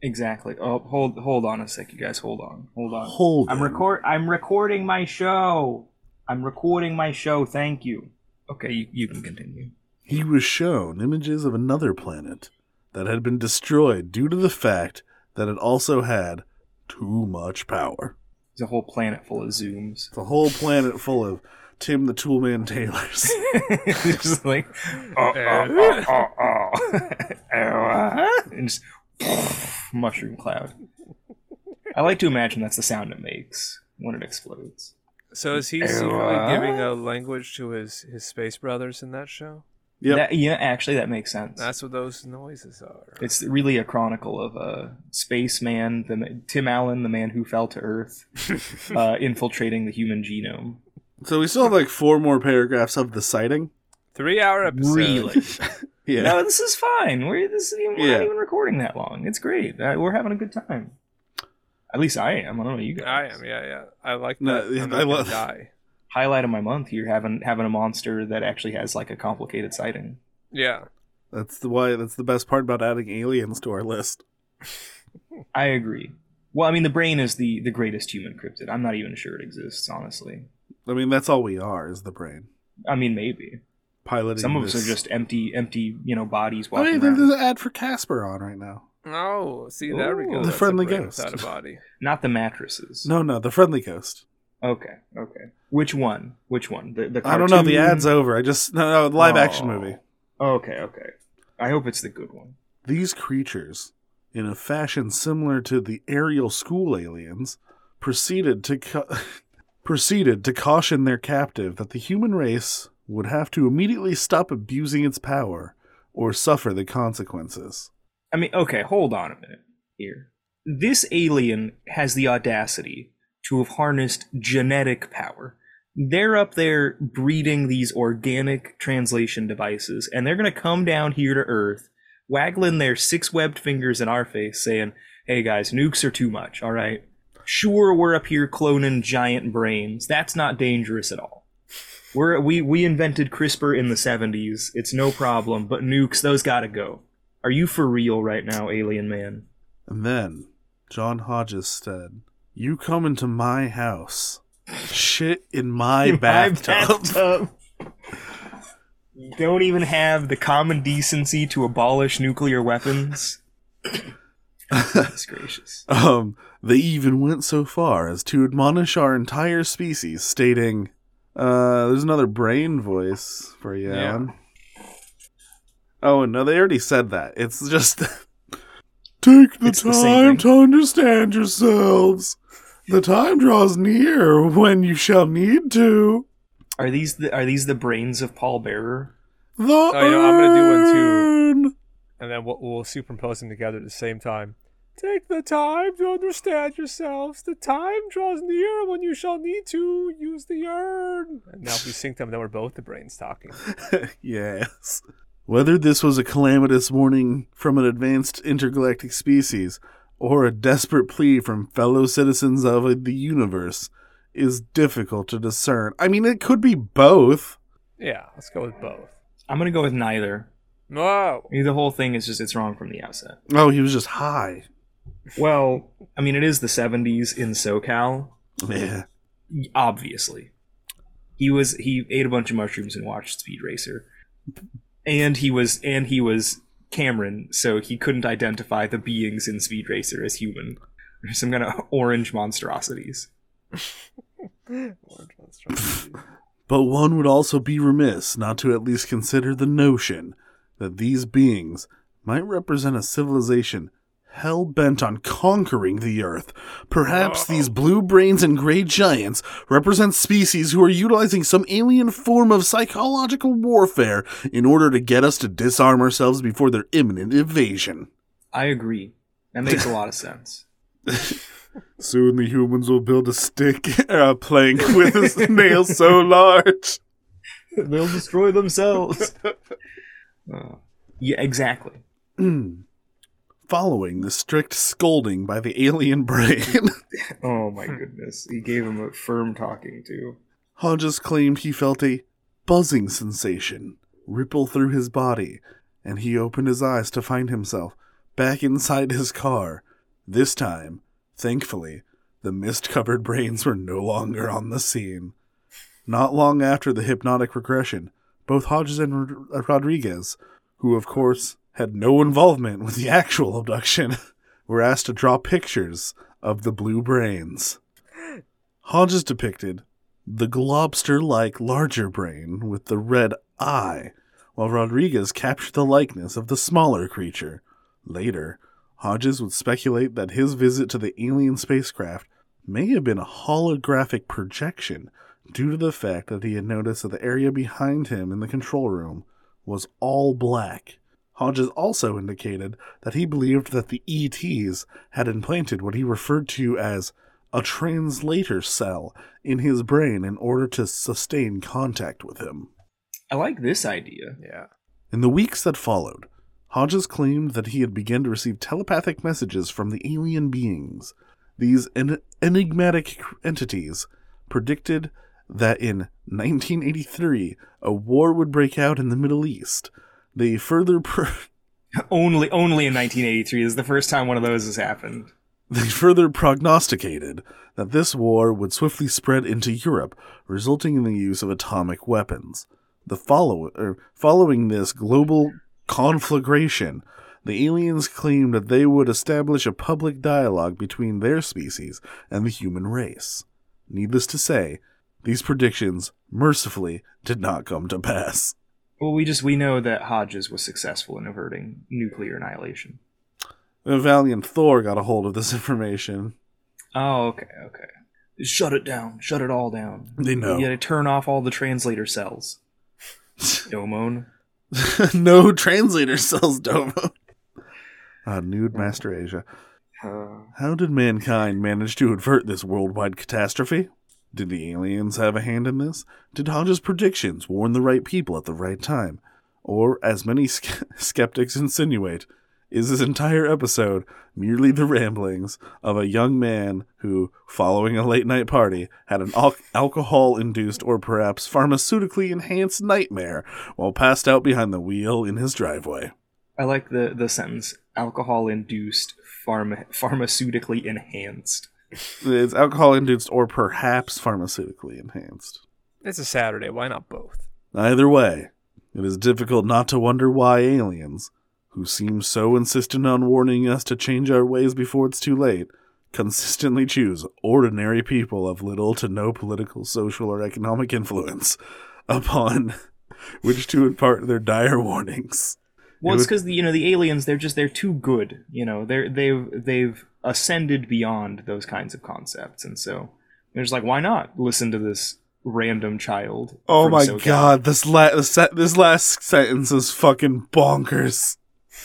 Speaker 4: Exactly. Oh, hold hold on a sec, you guys. Hold on. Hold on.
Speaker 2: Hold
Speaker 4: I'm
Speaker 2: on.
Speaker 4: record. I'm recording my show. I'm recording my show. Thank you. Okay, you, you can continue.
Speaker 2: He was shown images of another planet that had been destroyed due to the fact that it also had too much power.
Speaker 4: There's a whole planet full of zooms.
Speaker 2: It's a whole planet full of Tim the Toolman
Speaker 4: *laughs*
Speaker 2: Taylors.
Speaker 4: It's just like,
Speaker 3: Uh,
Speaker 4: oh, oh, oh, oh, oh. Ow, ah. and just *laughs* mushroom cloud. I like to imagine that's the sound it makes when it explodes.
Speaker 3: So is he
Speaker 4: Ewa.
Speaker 3: secretly giving a language to his, his space brothers in that show?
Speaker 2: Yep.
Speaker 4: That- yeah, actually, that makes sense.
Speaker 3: That's what those noises are.
Speaker 4: it's really a chronicle of a spaceman, the ma- Tim Allen, the man who fell to
Speaker 3: *laughs*
Speaker 4: Earth, uh, infiltrating the human genome.
Speaker 2: so we still have like four more paragraphs of the sighting.
Speaker 3: Three hour episode.
Speaker 4: Really?
Speaker 2: Yeah.
Speaker 4: No, this is fine. We're this is even, we're not
Speaker 2: Yeah.
Speaker 4: even recording that long. It's great. Uh, we're having a good time. At least I am. I don't know you guys.
Speaker 3: I am, *laughs* yeah, yeah. I like that.
Speaker 2: No, yeah,
Speaker 3: I'm not
Speaker 2: I
Speaker 3: I
Speaker 2: love-
Speaker 3: die.
Speaker 4: highlight of my month here having having a monster that actually has like a complicated sighting.
Speaker 3: Yeah.
Speaker 2: That's the why that's the best part about adding aliens to our list.
Speaker 4: I agree. Well, I mean the brain is the the greatest human cryptid. I'm not even sure it exists, honestly.
Speaker 2: I mean, that's all we are is the brain.
Speaker 4: I mean maybe.
Speaker 2: Piloting
Speaker 4: Some of us
Speaker 2: this-
Speaker 4: are just empty empty, you know, bodies
Speaker 2: I
Speaker 4: walking
Speaker 2: mean, there-
Speaker 4: around.
Speaker 2: there's an ad for Casper on right now.
Speaker 3: Oh, see, there we
Speaker 4: Ooh.
Speaker 3: go.
Speaker 4: The
Speaker 3: That's a
Speaker 2: friendly
Speaker 3: brain
Speaker 2: ghost.
Speaker 3: Without a body.
Speaker 4: Not the mattresses.
Speaker 2: No, no, the friendly ghost.
Speaker 4: Okay, okay. Which one? Which one? The, the
Speaker 2: I don't know. The
Speaker 4: cartoon?
Speaker 2: ad's over. I just no, no the live action
Speaker 4: Oh.
Speaker 2: movie.
Speaker 4: Okay, okay. I hope it's the good one.
Speaker 2: These creatures, in a fashion similar to the aerial school aliens, proceeded to ca- *laughs* proceeded to caution their captive that the human race would have to immediately stop abusing its power or suffer the consequences.
Speaker 4: I mean, okay, hold on a minute here. This alien has the audacity to have harnessed genetic power. They're up there breeding these organic translation devices, and they're going to come down here to Earth, waggling their six webbed fingers in our face, saying, hey guys, nukes are too much, all right? Sure, we're up here cloning giant brains. That's not dangerous at all. We're, we, we invented CRISPR in the 70s. It's no problem, but nukes, those gotta go. Are you for real right now, alien man?
Speaker 2: And then John Hodges said You come into my house, shit *laughs* in my bathtub.
Speaker 4: You don't even have the common decency to abolish nuclear weapons.
Speaker 2: *laughs*
Speaker 4: Goodness gracious.
Speaker 2: Um, they even went so far as to admonish our entire species, stating, uh, there's another brain voice for you,
Speaker 3: Yeah.
Speaker 2: Alan. Oh, no, they already said that. It's just, *laughs* take the
Speaker 4: It's the
Speaker 2: time
Speaker 4: same
Speaker 2: to understand yourselves. The time draws near when you shall need to.
Speaker 4: Are these the are these the brains of Paul Bearer?
Speaker 2: The
Speaker 3: Oh, you know, I'm gonna do one too.
Speaker 2: urn.
Speaker 3: and then we'll, we'll superimpose them together at the same time. Take the time to understand yourselves. The time draws near when you shall need to use the urn. And now if we sync them, then we're both the brains talking.
Speaker 2: *laughs* yes. Whether this was a calamitous warning from an advanced intergalactic species or a desperate plea from fellow citizens of the universe is difficult to discern. I mean, it could be both.
Speaker 3: Yeah, let's go with both.
Speaker 4: I'm gonna go with neither.
Speaker 3: Whoa.
Speaker 4: Maybe the whole thing is just it's wrong from the outset.
Speaker 2: Oh, he was just high.
Speaker 4: Well, I mean it is the seventies in SoCal.
Speaker 2: Yeah.
Speaker 4: Obviously. He was he ate a bunch of mushrooms and watched Speed Racer. And he was and he was Cameron, so he couldn't identify the beings in Speed Racer as human. *laughs* There's some kind of orange monstrosities.
Speaker 3: Orange monstrosity.
Speaker 2: But one would also be remiss not to at least consider the notion that these beings might represent a civilization hell bent on conquering the Earth. Perhaps these blue brains and gray giants represent species who are utilizing some alien form of psychological warfare in order to get us to disarm ourselves before their imminent invasion.
Speaker 4: I agree. That makes a lot of sense.
Speaker 2: Soon the humans will build a stick, *laughs* a plank with a nail so large.
Speaker 4: *laughs* They'll destroy *laughs* themselves. Oh. yeah, exactly.
Speaker 2: *clears throat* Following the strict scolding by the alien brain, *laughs*
Speaker 4: Oh my goodness. He gave him a firm talking to.
Speaker 2: Hodges claimed he felt a buzzing sensation ripple through his body, and he opened his eyes to find himself back inside his car. This time, thankfully, the mist covered *laughs* brains were no longer on the scene. Not long after the hypnotic regression, both Hodges and Rod- uh, Rodriguez, who of course had no involvement with the actual abduction, *laughs* were asked to draw pictures of the blue brains. Hodges depicted the globster like larger brain with the red eye, while Rodriguez captured the likeness of the smaller creature. Later, Hodges would speculate that his visit to the alien spacecraft may have been a holographic projection due to the fact that he had noticed that the area behind him in the control room was all black. Hodges also indicated that he believed that the ETs had implanted what he referred to as a translator cell in his brain in order to sustain contact with him.
Speaker 4: I like this idea.
Speaker 3: Yeah.
Speaker 2: In the weeks that followed, Hodges claimed that he had begun to receive telepathic messages from the alien beings. These en- enigmatic cr- entities predicted that in 1983 a war would break out in the Middle East. They further *laughs* pro-
Speaker 4: Only only in 1983 is the first time one of those has happened.
Speaker 2: They *laughs* further prognosticated that this war would swiftly spread into Europe, resulting in the use of atomic weapons. The follow- er, following this global conflagration, the aliens claimed that they would establish a public dialogue between their species and the human race. Needless to say, these predictions mercifully did not come to pass. *laughs*
Speaker 4: Well, we just we know that Hodges was successful in averting nuclear annihilation.
Speaker 2: The valiant Thor got a hold of this information.
Speaker 4: Oh, okay, okay. Shut it down. Shut it all down.
Speaker 2: They know.
Speaker 4: You gotta turn off all the
Speaker 2: *laughs*
Speaker 4: translator cells. Domon.
Speaker 2: no translator sells Domo. Ah, nude Master Asia.
Speaker 4: Uh,
Speaker 2: How did mankind manage to avert this worldwide catastrophe? Did the aliens have a hand in this? Did Hodges' predictions warn the right people at the right time? Or, as many ske- *laughs* skeptics insinuate, is this entire episode merely the ramblings of a young man who, following a late night party, had an al- alcohol induced or perhaps pharmaceutically enhanced nightmare while passed out behind the wheel in his driveway?
Speaker 4: I like the the sentence alcohol induced pharma pharmaceutically enhanced.
Speaker 2: It's alcohol induced or perhaps pharmaceutically enhanced.
Speaker 3: It's a Saturday. Why not both?
Speaker 2: Either way, it is difficult not to wonder why aliens, who seem so insistent on warning us to change our ways before it's too late, consistently choose ordinary people of little to no political, social, or economic influence *laughs* upon *laughs* which to impart their dire warnings.
Speaker 4: Well, it's
Speaker 2: would-
Speaker 4: because the you know the aliens they're just they're too good. You know they're they've they've ascended beyond those kinds of concepts, and so there's like why not listen to this random child?
Speaker 2: Oh
Speaker 4: from
Speaker 2: my
Speaker 4: SoCal?
Speaker 2: god, this la- this, se- this last sentence is fucking bonkers.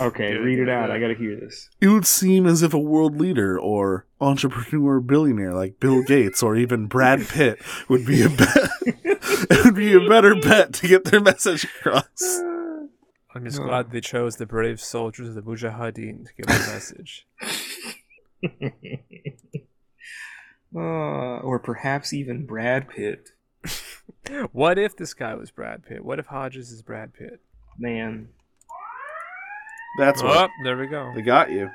Speaker 4: Okay,
Speaker 3: Dude,
Speaker 4: read it out.
Speaker 3: yeah.
Speaker 4: I gotta hear this.
Speaker 2: It would seem as if a world leader or entrepreneur billionaire like Bill Gates or even Brad Pitt would be a bet. *laughs* it would be a better bet to get their message across.
Speaker 3: I'm just
Speaker 4: No.
Speaker 3: glad they chose the brave soldiers of the Mujahideen to give the message.
Speaker 4: Uh, or perhaps even Brad Pitt.
Speaker 3: What if this guy was Brad Pitt? What if Hodges is Brad Pitt?
Speaker 4: Man,
Speaker 2: That's
Speaker 3: Oh, there we go.
Speaker 2: got you.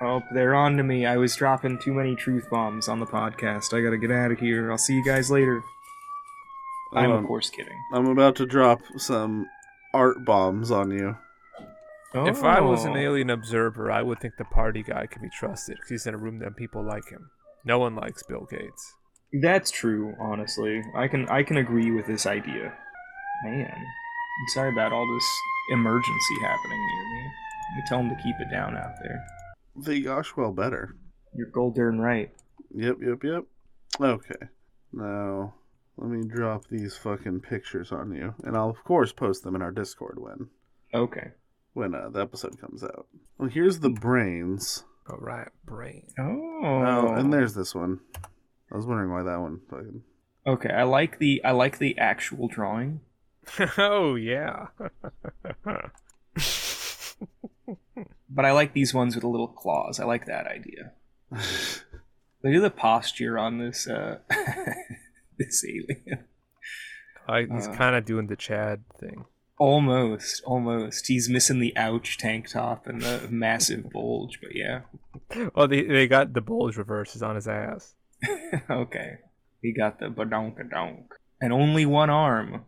Speaker 4: oh, they're on to me. I was dropping too many truth bombs on the podcast. I gotta get out of here. I'll see you guys later. I'm
Speaker 2: Um,
Speaker 4: of course kidding.
Speaker 2: I'm about to drop some art bombs on you.
Speaker 3: If I was an
Speaker 4: Oh.
Speaker 3: alien observer, I would think the party guy can be trusted because he's in a room that people like him. No one likes Bill Gates.
Speaker 4: That's true, honestly. I can I can agree with this idea. Man, I'm sorry about all this emergency happening near me. You tell him to keep it down out there.
Speaker 2: They gosh well better.
Speaker 4: You're gold darn right.
Speaker 2: Yep, yep, yep. Okay. Now let me drop these fucking pictures on you, and I'll of course post them in our Discord when
Speaker 4: Okay.
Speaker 2: when uh, the episode comes out. Well, here's the brains.
Speaker 3: All right, brain.
Speaker 4: Oh.
Speaker 2: Oh, and there's this one. I was wondering why that one. Fucking... *laughs*
Speaker 4: Okay, I like the I like the actual drawing.
Speaker 3: *laughs* oh *laughs* yeah.
Speaker 4: But I like these ones with the little claws. I like that idea. Look at the posture on this uh *laughs* this alien.
Speaker 3: I, he's
Speaker 4: Uh.
Speaker 3: kind of doing the Chad thing.
Speaker 4: Almost, almost. He's missing the ouch tank top and the massive bulge, but yeah. *laughs*
Speaker 3: Well, Oh, they they got the bulge reverses on his ass.
Speaker 4: okay. He got the badonkadonk. And only one arm.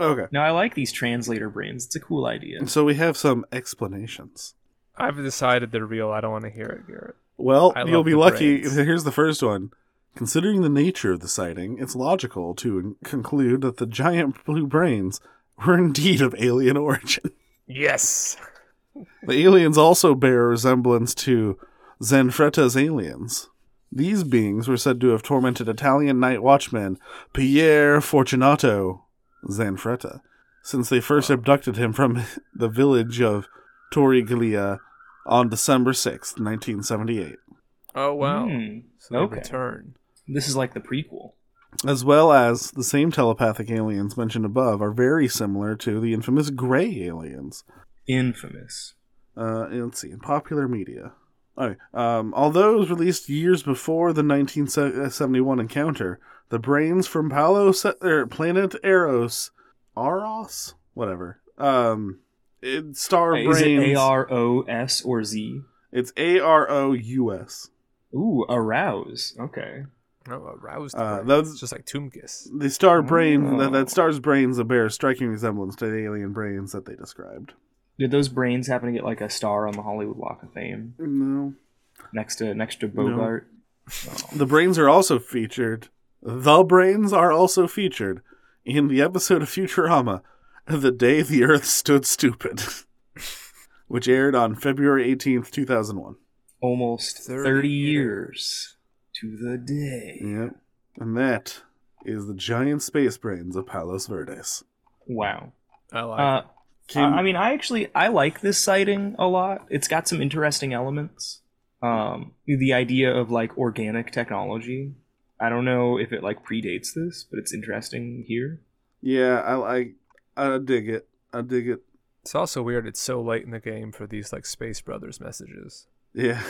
Speaker 2: Okay.
Speaker 4: Now I like these translator brains. It's a cool idea.
Speaker 2: So we have some explanations.
Speaker 3: I've decided they're real. I don't want to hear it, Garrett.
Speaker 2: Well,
Speaker 3: I
Speaker 2: you'll
Speaker 3: love
Speaker 2: be
Speaker 3: the
Speaker 2: lucky. *laughs*
Speaker 3: brains.
Speaker 2: Here's the first one. Considering the nature of the sighting, it's logical to in- conclude that the giant blue brains were indeed of alien *laughs* origin.
Speaker 3: Yes.
Speaker 2: The aliens also bear a resemblance to Zanfretta's aliens. These beings were said to have tormented Italian night watchman Pierre Fortunato Zanfretta since they first abducted him from *laughs* the village of Torriglia on December 6th, 1978.
Speaker 3: Oh wow.
Speaker 4: Hmm.
Speaker 3: So they
Speaker 4: okay.
Speaker 3: return.
Speaker 4: This is like the prequel.
Speaker 2: as well as the same telepathic aliens mentioned above are very similar to the infamous gray aliens.
Speaker 4: Infamous.
Speaker 2: Uh, and let's see, in popular media. Okay, um, although it was released years before the 1971 encounter, the brains from Palo Se- er, Planet Eros, Aros, whatever. Um, it, star
Speaker 4: Hey, Is
Speaker 2: brains.
Speaker 4: it A R O S or Z?
Speaker 2: it's A R O U S.
Speaker 4: Ooh, arouse. Okay.
Speaker 3: Oh, aroused.
Speaker 2: Uh,
Speaker 3: brains.
Speaker 2: those-
Speaker 3: just like Toomkiss.
Speaker 2: The star brain
Speaker 4: Oh.
Speaker 2: that, that star's brains bear a striking resemblance to the alien brains that they described.
Speaker 4: Did those brains happen to get like a star on the Hollywood Walk of Fame
Speaker 2: No,
Speaker 4: next to next to Bogart?
Speaker 2: The brains are also featured. The brains are also featured in the episode of Futurama, The Day the Earth Stood Stupid, *laughs* which aired on February 18th, 2001.
Speaker 4: Almost 30,
Speaker 3: 30
Speaker 4: years to the day.
Speaker 2: Yep. And that is the giant space brains of Palos Verdes.
Speaker 4: Wow.
Speaker 3: I like.
Speaker 4: Uh,
Speaker 2: Can-
Speaker 4: I I mean, I actually I like this sighting a lot. It's got some interesting elements. Um, the idea of like organic technology. I don't know if it like predates this, but it's interesting here.
Speaker 2: Yeah, I like. I dig it. I dig it.
Speaker 3: it's also weird. It's so late in the game for these like Space Brothers messages.
Speaker 2: Yeah.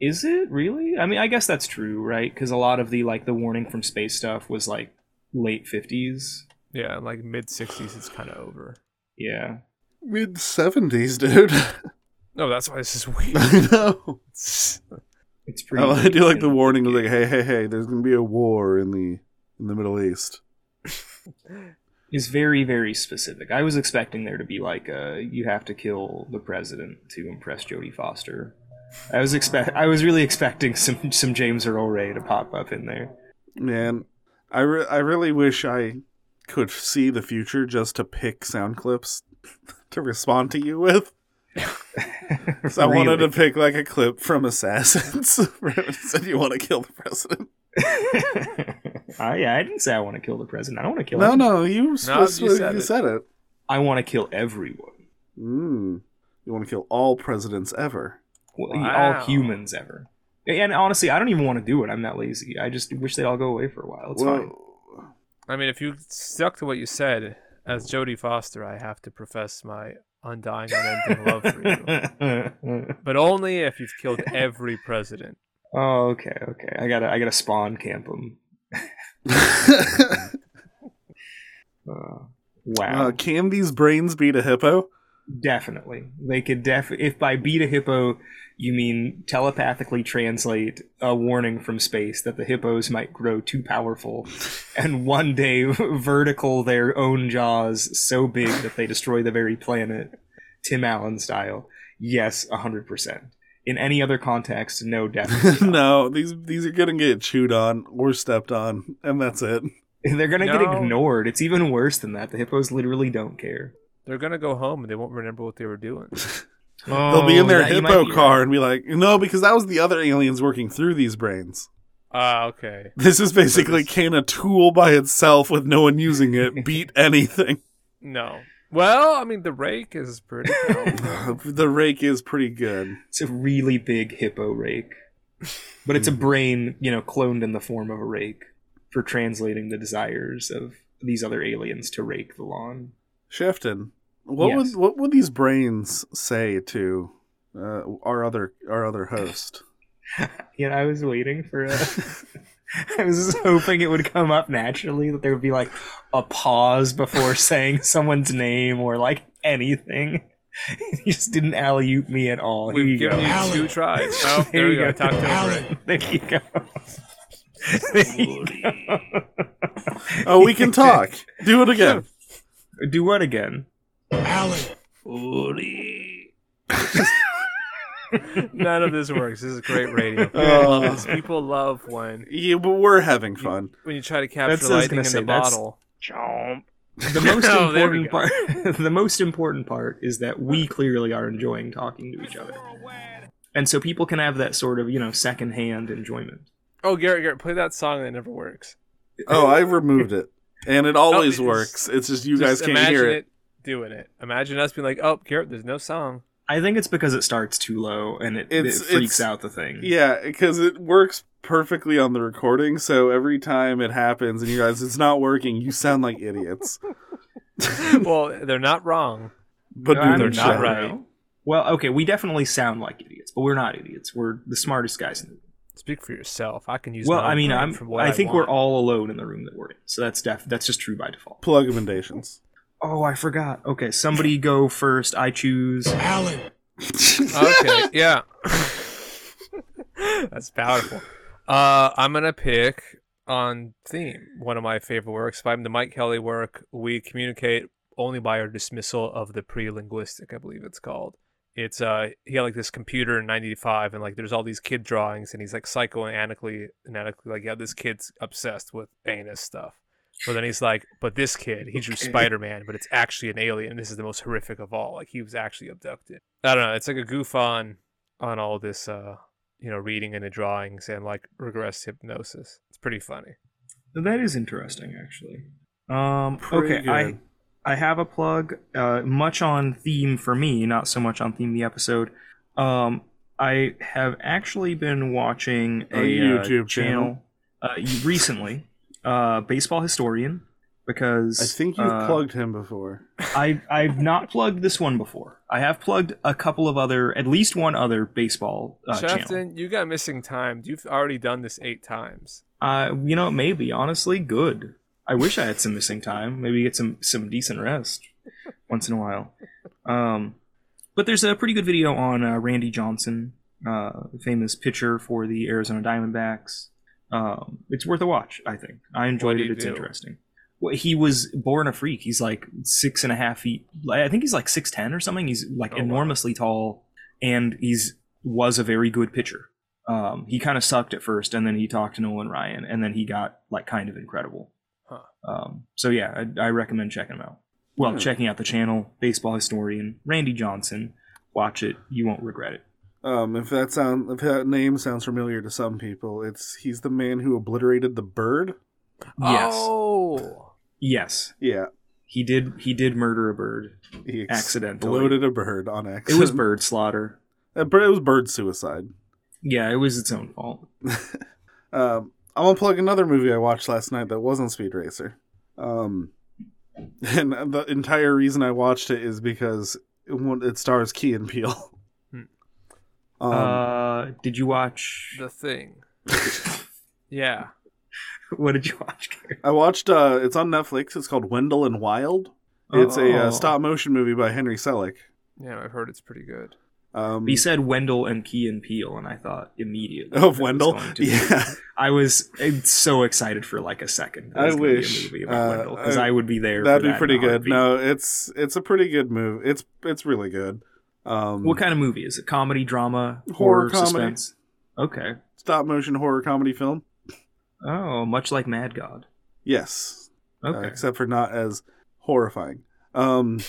Speaker 4: Is it really? I mean, I guess that's true, right? Because a lot of the like the warning from space stuff was like late fifties.
Speaker 3: Yeah, like mid '60s, it's kind of over.
Speaker 4: Yeah.
Speaker 2: Mid 70s, dude. *laughs*
Speaker 3: *laughs* No, that's why this is weird.
Speaker 2: I know.
Speaker 4: It's
Speaker 2: I,
Speaker 4: pretty.
Speaker 2: Oh, *laughs* I do like the warning was like, hey, hey, hey, there's gonna be a war in the in the Middle East.
Speaker 4: is very very specific. I was expecting there to be like a you have to kill the president to impress Jodie Foster. I was expect I was really expecting some some James Earl Ray to pop up in there.
Speaker 2: Man, I re- I really wish I could see the future just to pick sound clips *laughs* to respond to you with. *laughs* So I wanted to pick like a clip from Assassins *laughs* where it said you want to kill the president.
Speaker 4: *laughs* I, I didn't say I want to kill the president. I don't want to kill.
Speaker 2: No,
Speaker 4: him.
Speaker 2: no, you, supposed
Speaker 3: you
Speaker 2: to-
Speaker 3: said
Speaker 2: you
Speaker 3: it.
Speaker 2: said it.
Speaker 4: I want to kill everyone.
Speaker 2: Mm. You want to kill all presidents ever.
Speaker 4: Well,
Speaker 3: Wow.
Speaker 4: all humans ever. And honestly, I don't even want to do it. I'm that lazy. I just wish they'd all go away for a while. It's fine.
Speaker 2: *laughs*
Speaker 3: I mean, if you stuck to what you said, as Jodie Foster, I have to profess my undying, unending love for you.
Speaker 4: *laughs*
Speaker 3: But only if you've killed every president.
Speaker 4: oh, okay, okay. I gotta, I gotta spawn camp them. Uh, wow,
Speaker 2: uh, can these brains beat a hippo? *laughs*
Speaker 4: definitely. They could def. If by beat a hippo, you mean telepathically translate a warning from space that the hippos might grow
Speaker 2: *laughs*
Speaker 4: too powerful, and one day *laughs* vertical their own jaws so big that they destroy the very planet, Tim Allen style. Yes, hundred percent. In any other context, no, definitely.
Speaker 2: *laughs* no, these these are gonna get chewed on or stepped on, and that's it.
Speaker 4: *laughs* They're gonna get
Speaker 3: No.
Speaker 4: ignored. It's even worse than that. The hippos literally don't care.
Speaker 3: They're gonna go home and they won't remember what they were doing.
Speaker 2: They'll be in their
Speaker 4: that Oh, you might
Speaker 2: hippo
Speaker 4: be
Speaker 2: car and be like, no, because that was the other aliens working through these brains.
Speaker 3: Ah, okay.
Speaker 2: This is basically
Speaker 3: this-
Speaker 2: can a tool by itself with no one using it beat anything. *laughs*
Speaker 3: No. Well, I mean, the rake is
Speaker 4: *laughs*
Speaker 3: pretty. powerful.
Speaker 2: the rake is pretty good.
Speaker 4: It's a really big hippo rake. But
Speaker 3: Hmm.
Speaker 4: it's a brain, you know, cloned in the form of a rake for translating the desires of these other aliens to rake the lawn.
Speaker 2: Shafton, what would
Speaker 4: Yes.
Speaker 2: what would these brains say to uh, our other our other host?
Speaker 4: Yeah, I was waiting for a. *laughs* I was just hoping it would come up naturally, that there would be like a pause before *laughs* saying someone's name or like anything. *laughs* you just didn't alley oop me at all. Here
Speaker 3: We've
Speaker 4: you
Speaker 3: given
Speaker 4: go.
Speaker 3: you two tries.
Speaker 4: *laughs*
Speaker 3: Oh, there
Speaker 4: There
Speaker 3: we
Speaker 4: you
Speaker 3: go.
Speaker 4: go.
Speaker 3: Talk to the rake.
Speaker 4: There you go. *laughs* There you go.
Speaker 2: Oh, we can talk. Do it again.
Speaker 4: Do what again?
Speaker 3: None of this works. This is
Speaker 2: *laughs*
Speaker 3: great radio.
Speaker 2: Oh.
Speaker 3: I love this. People love when
Speaker 2: Yeah, but we're having fun.
Speaker 3: when you try to capture
Speaker 4: That's what I was
Speaker 3: lighting
Speaker 4: gonna
Speaker 3: in
Speaker 4: say,
Speaker 3: the
Speaker 4: that's-
Speaker 3: bottle.
Speaker 4: The
Speaker 3: *laughs*
Speaker 4: most
Speaker 3: Oh, there we
Speaker 4: important part. *laughs* the most important part is that we clearly are enjoying talking to each other, and so people can have that sort of you know secondhand enjoyment.
Speaker 3: Oh, Garrett, Garrett, play that song that never works.
Speaker 2: Oh, I removed it, and it always
Speaker 3: Oh, it's-
Speaker 2: works. It's just you guys
Speaker 3: Just
Speaker 2: can't
Speaker 3: imagine
Speaker 2: hear
Speaker 3: it doing it. Imagine us being like, "Oh, Garrett, there's no
Speaker 2: *laughs*
Speaker 3: song."
Speaker 4: I think it's because it starts too low and it,
Speaker 2: It's-
Speaker 4: it freaks
Speaker 2: it's-
Speaker 4: out the thing.
Speaker 2: Yeah, because it works perfectly on the recording. So every time it happens, and you guys, it's not working. You sound like idiots.
Speaker 3: well, they're not wrong.
Speaker 2: But
Speaker 4: No,
Speaker 2: do
Speaker 4: I'm
Speaker 2: the
Speaker 3: they're not
Speaker 2: show.
Speaker 4: sure.
Speaker 3: right.
Speaker 4: Well, okay, we definitely sound like idiots, but we're not idiots. We're the smartest guys in the room.
Speaker 3: Speak for yourself. I can use.
Speaker 4: Well,
Speaker 3: my
Speaker 4: I mean,
Speaker 3: brain
Speaker 4: I'm.
Speaker 3: for what
Speaker 4: I think
Speaker 3: want.
Speaker 4: we're all alone in the room that we're in, so that's def- that's just true by default.
Speaker 2: Plug emendations.
Speaker 4: Oh, I forgot. Okay, somebody go first. I choose.
Speaker 3: okay.
Speaker 2: *laughs*
Speaker 4: *laughs*
Speaker 3: Yeah. *laughs* That's powerful. Uh, I'm gonna pick on theme one of my favorite works. If I'm the Mike Kelly work, we communicate only by our dismissal of the pre-linguistic. I believe it's called. It's uh he had like this computer in '95, and like there's all these kid drawings, and he's like psychoanalytically, analytically like yeah, this kid's obsessed with anus stuff. But then he's like, but this kid, he drew
Speaker 4: Okay.
Speaker 3: Spider Man, but it's actually an alien. and This is the most horrific of all. Like he was actually abducted. I don't know. It's like a goof on on all this, uh, you know, reading into drawings and like regress hypnosis. It's pretty funny.
Speaker 4: That is interesting, actually. Um,
Speaker 2: Pretty
Speaker 4: okay,
Speaker 2: good.
Speaker 4: I I have a plug, uh, much on theme for me, not so much on theme the episode. Um, I have actually been watching a,
Speaker 2: A YouTube
Speaker 4: uh, channel, uh, recently, uh, baseball historian, because
Speaker 2: I think you've
Speaker 4: uh,
Speaker 2: plugged him before.
Speaker 4: I I've not plugged this one before. I have plugged a couple of other, at least one other baseball uh, channel.
Speaker 3: Shafton, you got missing time. You've already done this eight times.
Speaker 4: Uh, you know, maybe honestly, good. I wish I had some missing time. Maybe get some some decent rest once in a while. Um, but there's a pretty good video on uh, Randy Johnson uh, famous pitcher for the Arizona Diamondbacks. Um, it's worth a watch, I think. I enjoyed
Speaker 3: do
Speaker 4: it.
Speaker 3: you
Speaker 4: It's
Speaker 3: do?
Speaker 4: interesting. Well, he was born a freak. He's like six and a half feet. I think he's like six ten or something. He's like
Speaker 3: Oh, wow.
Speaker 4: enormously tall, and he's was a very good pitcher. Um, he kind of sucked at first, and then he talked to Nolan Ryan, and then he got like kind of incredible.
Speaker 3: Huh.
Speaker 4: Um, so yeah, I, I recommend checking him out. Well,
Speaker 2: Hmm.
Speaker 4: checking out the channel, baseball historian Randy Johnson. Watch it; you won't regret it.
Speaker 2: Um, if that sound if that name sounds familiar to some people, it's he's the man who obliterated the bird.
Speaker 4: Yes,
Speaker 3: Oh,
Speaker 4: yes,
Speaker 2: Yeah,
Speaker 4: he did. He did murder a bird.
Speaker 2: he
Speaker 4: Accidentally.
Speaker 2: exploded a bird on
Speaker 4: It
Speaker 3: *laughs*
Speaker 2: accident. *laughs*
Speaker 4: was bird slaughter.
Speaker 2: Uh, but It was bird suicide.
Speaker 4: Yeah, it was its own fault.
Speaker 2: Um, I'm gonna plug another movie I watched last night that wasn't Speed Racer. Um, *laughs* and the entire reason I watched it is because it, won- it stars Key and Peele.
Speaker 3: Hmm.
Speaker 2: Um,
Speaker 4: uh, did you watch?
Speaker 3: the thing. yeah.
Speaker 4: *laughs* What did you watch? Gary?
Speaker 2: *laughs* I watched. Uh, it's on Netflix. It's called Wendell and Wild. It's a
Speaker 4: Oh.
Speaker 2: uh, stop motion movie by Henry Selick.
Speaker 3: Yeah, I've heard it's pretty
Speaker 2: *laughs*
Speaker 3: good.
Speaker 2: Um,
Speaker 4: He said Wendell and Key and Peele, and I thought immediately that it
Speaker 2: of
Speaker 4: was
Speaker 2: Wendell.
Speaker 4: going to be-
Speaker 2: *laughs* Yeah,
Speaker 4: I was eh, so excited for like a second. that
Speaker 2: I
Speaker 4: it was gonna be
Speaker 2: wish,
Speaker 4: a movie about
Speaker 2: uh,
Speaker 4: Wendell because
Speaker 2: I-
Speaker 4: I would be there. for
Speaker 2: that'd be
Speaker 4: that
Speaker 2: pretty
Speaker 4: in a
Speaker 2: good.
Speaker 4: heartbeat.
Speaker 2: No, it's it's a pretty good move. It's it's really good. Um,
Speaker 4: What kind of movie is it? Comedy, drama,
Speaker 2: Horror
Speaker 4: horror,
Speaker 2: comedy.
Speaker 4: suspense. Okay.
Speaker 2: stop motion horror comedy film?
Speaker 4: Oh, much like Mad God.
Speaker 2: Yes, Uh,
Speaker 4: Okay.
Speaker 2: except for not as horrifying.
Speaker 4: *laughs*
Speaker 2: Um,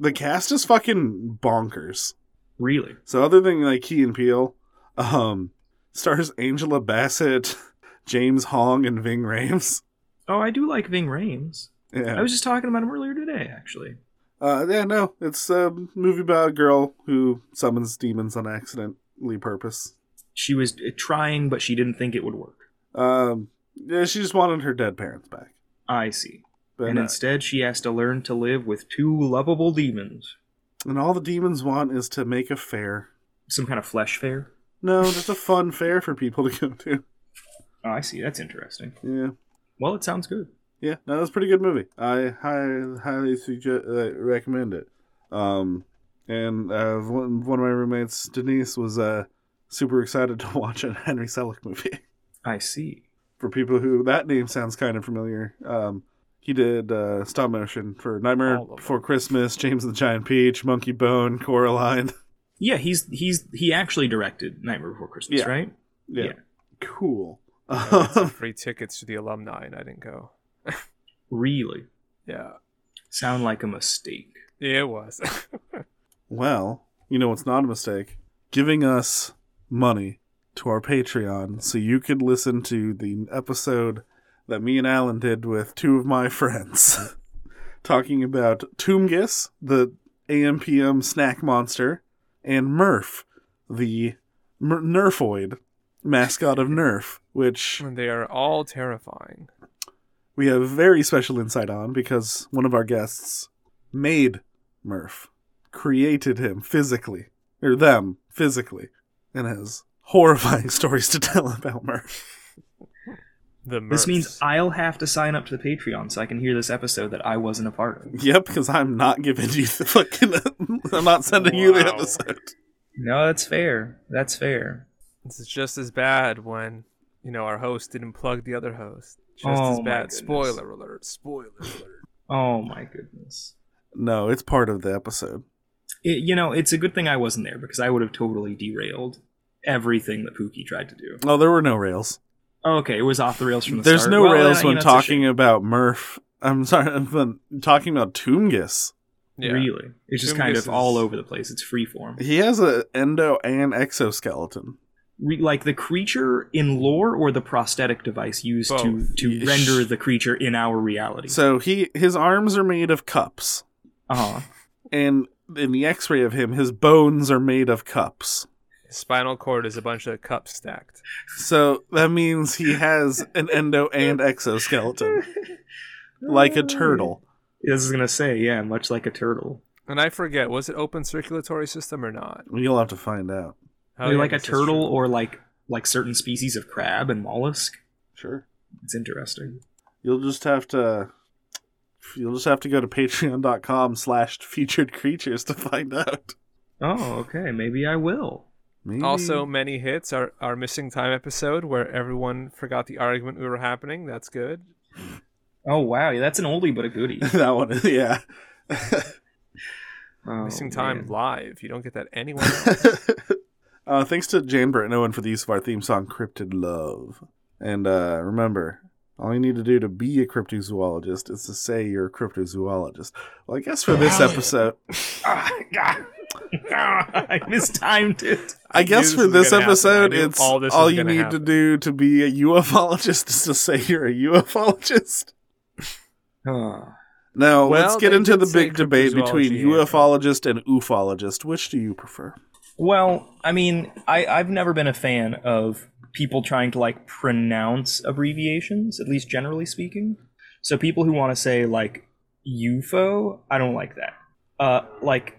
Speaker 2: the cast is fucking bonkers.
Speaker 4: really?
Speaker 2: So other than like Key and Peele, um, stars Angela Bassett, *laughs* James Hong, and Ving Rhames. *laughs*
Speaker 4: Oh, I do like Ving Rhames. I
Speaker 2: Yeah,
Speaker 4: was just talking about him earlier today, actually.
Speaker 2: uh, yeah, no, it's a movie about a girl who summons demons on accidentally purpose.
Speaker 4: She was eh, trying, but she didn't think it would work.
Speaker 2: Um, yeah, she just wanted her dead parents back.
Speaker 4: I see.
Speaker 2: But,
Speaker 4: and
Speaker 2: uh,
Speaker 4: instead, she has to learn to live with two lovable demons.
Speaker 2: and all the demons want is to make a fair.
Speaker 4: Some kind of flesh fair.
Speaker 2: No, just a
Speaker 4: *laughs*
Speaker 2: fun fair for people to go to.
Speaker 4: Oh, I see. That's interesting.
Speaker 2: Yeah.
Speaker 4: Well, it sounds good.
Speaker 2: Yeah, no, that was a pretty good movie. I highly, highly suggest, uh, recommend it. Um, and uh, one, one of my roommates, Denise, was uh, super excited *laughs* to watch a Henry Selick movie. *laughs*
Speaker 4: I see.
Speaker 2: For people who that name sounds kind of familiar, um, he did uh, stop motion for Nightmare
Speaker 3: All of them.
Speaker 2: Before Christmas, James and the Giant Peach, Monkey Bone, Coraline. *laughs*
Speaker 4: Yeah, he's he's he actually directed Nightmare Before Christmas,
Speaker 2: Yeah.
Speaker 4: right?
Speaker 2: Yeah,
Speaker 4: Yeah.
Speaker 2: cool.
Speaker 3: I got some
Speaker 2: *laughs* Um,
Speaker 3: free tickets to the alumni, and I didn't go.
Speaker 4: Really?
Speaker 3: Yeah,
Speaker 4: Sound like a mistake.
Speaker 3: yeah it was. *laughs*
Speaker 2: well, you know what's not a mistake? Giving us money to our Patreon so you could listen to the episode that me and Alan did with two of my *laughs* friends talking about Toomgis, the AMPM snack monster, and Murph, the Mer- Nerfoid mascot of Nerf, which
Speaker 3: they are all terrifying.
Speaker 2: we have very special insight on because one of our guests made Murph, created him physically, or them physically, and has horrifying *laughs* stories to tell about Murph.
Speaker 3: The Murphs.
Speaker 4: This means I'll have to sign up to the Patreon so I can hear this episode that I wasn't a part of.
Speaker 2: Yep, because I'm not giving you the fucking. *laughs* I'm not sending you *laughs* the
Speaker 3: Wow.
Speaker 2: episode.
Speaker 4: No, that's fair. That's fair.
Speaker 3: this is just as bad when you know our host didn't plug the other host. Just
Speaker 4: Oh,
Speaker 3: as
Speaker 4: my
Speaker 3: bad.
Speaker 4: goodness.
Speaker 3: Spoiler alert! Spoiler alert!
Speaker 4: Oh my goodness.
Speaker 2: No, it's part of the episode.
Speaker 4: It, you know, it's a good thing I wasn't there because I would have totally derailed everything that Pookie tried to do.
Speaker 2: Oh, there were no rails.
Speaker 4: Oh, Okay, it was off the rails from the
Speaker 2: There's
Speaker 4: start.
Speaker 2: no
Speaker 4: Well,
Speaker 2: rails
Speaker 4: then, you
Speaker 2: when
Speaker 4: know, it's a
Speaker 2: talking
Speaker 4: shame.
Speaker 2: about Murph. I'm sorry, *laughs* when talking about Toomgis.
Speaker 3: Yeah.
Speaker 4: Really, it's just
Speaker 3: Doom
Speaker 4: kind
Speaker 3: Goose
Speaker 4: of all
Speaker 3: is-
Speaker 4: over the place. It's freeform.
Speaker 2: He has an endo and exoskeleton.
Speaker 4: Re- like the creature in lore, or the prosthetic device used
Speaker 3: Both.
Speaker 4: to to
Speaker 2: Yeesh.
Speaker 4: render the creature in our reality.
Speaker 2: So he his arms are made of cups,
Speaker 4: uh-huh.
Speaker 2: and in the X-ray of him, his bones are made of cups.
Speaker 3: His spinal cord is a bunch of cups stacked.
Speaker 2: So that means he has an endo and exoskeleton, like a turtle.
Speaker 4: This is gonna say, yeah, much like a turtle.
Speaker 3: And I forget, was it open circulatory system or not?
Speaker 2: You'll have to find out.
Speaker 3: Oh,
Speaker 4: Or
Speaker 3: yeah,
Speaker 4: like a
Speaker 3: this is true.
Speaker 4: turtle, or like like certain species of crab and mollusk.
Speaker 2: Sure.
Speaker 4: It's interesting.
Speaker 2: You'll just have to. You'll just have to go to patreon.com slash featured creatures to find out.
Speaker 4: Oh, okay, maybe I will.
Speaker 2: Maybe.
Speaker 3: Also, many hits. Our our missing time episode where everyone forgot the argument we were happening. That's good.
Speaker 4: Oh wow, yeah, that's an oldie but a
Speaker 2: *laughs*
Speaker 4: goodie.
Speaker 2: that one, is- yeah.
Speaker 4: Oh,
Speaker 3: missing time
Speaker 4: man.
Speaker 3: live. You don't get that
Speaker 2: *laughs*
Speaker 3: anywhere. else.
Speaker 2: uh, thanks to Jane Brett and Owen for the use of our theme song, Cryptid Love. And uh, remember, all you need to do to be a cryptozoologist is to say you're a cryptozoologist. Well, I guess for this episode,
Speaker 4: Ah, *laughs* God. Ah, I mistimed it.
Speaker 2: I guess
Speaker 3: knew
Speaker 2: for this
Speaker 3: this was gonna happen.
Speaker 2: episode,
Speaker 3: I knew
Speaker 2: it's
Speaker 3: all
Speaker 2: all,
Speaker 3: this was
Speaker 2: you
Speaker 3: gonna
Speaker 2: need to
Speaker 3: happen.
Speaker 2: do to be a ufologist is to say you're a ufologist.
Speaker 4: Ah.
Speaker 2: Now,
Speaker 3: Well,
Speaker 2: let's get
Speaker 3: they
Speaker 2: into
Speaker 3: did
Speaker 2: the
Speaker 3: say
Speaker 2: big debate between
Speaker 3: cryptozoology, yeah.
Speaker 2: ufologist and ufologist. Which do you prefer?
Speaker 4: Well, I mean, I, I've never been a fan of people trying to like pronounce abbreviations, at least generally speaking. So people who want to say like UFO, I don't like that. Uh, like,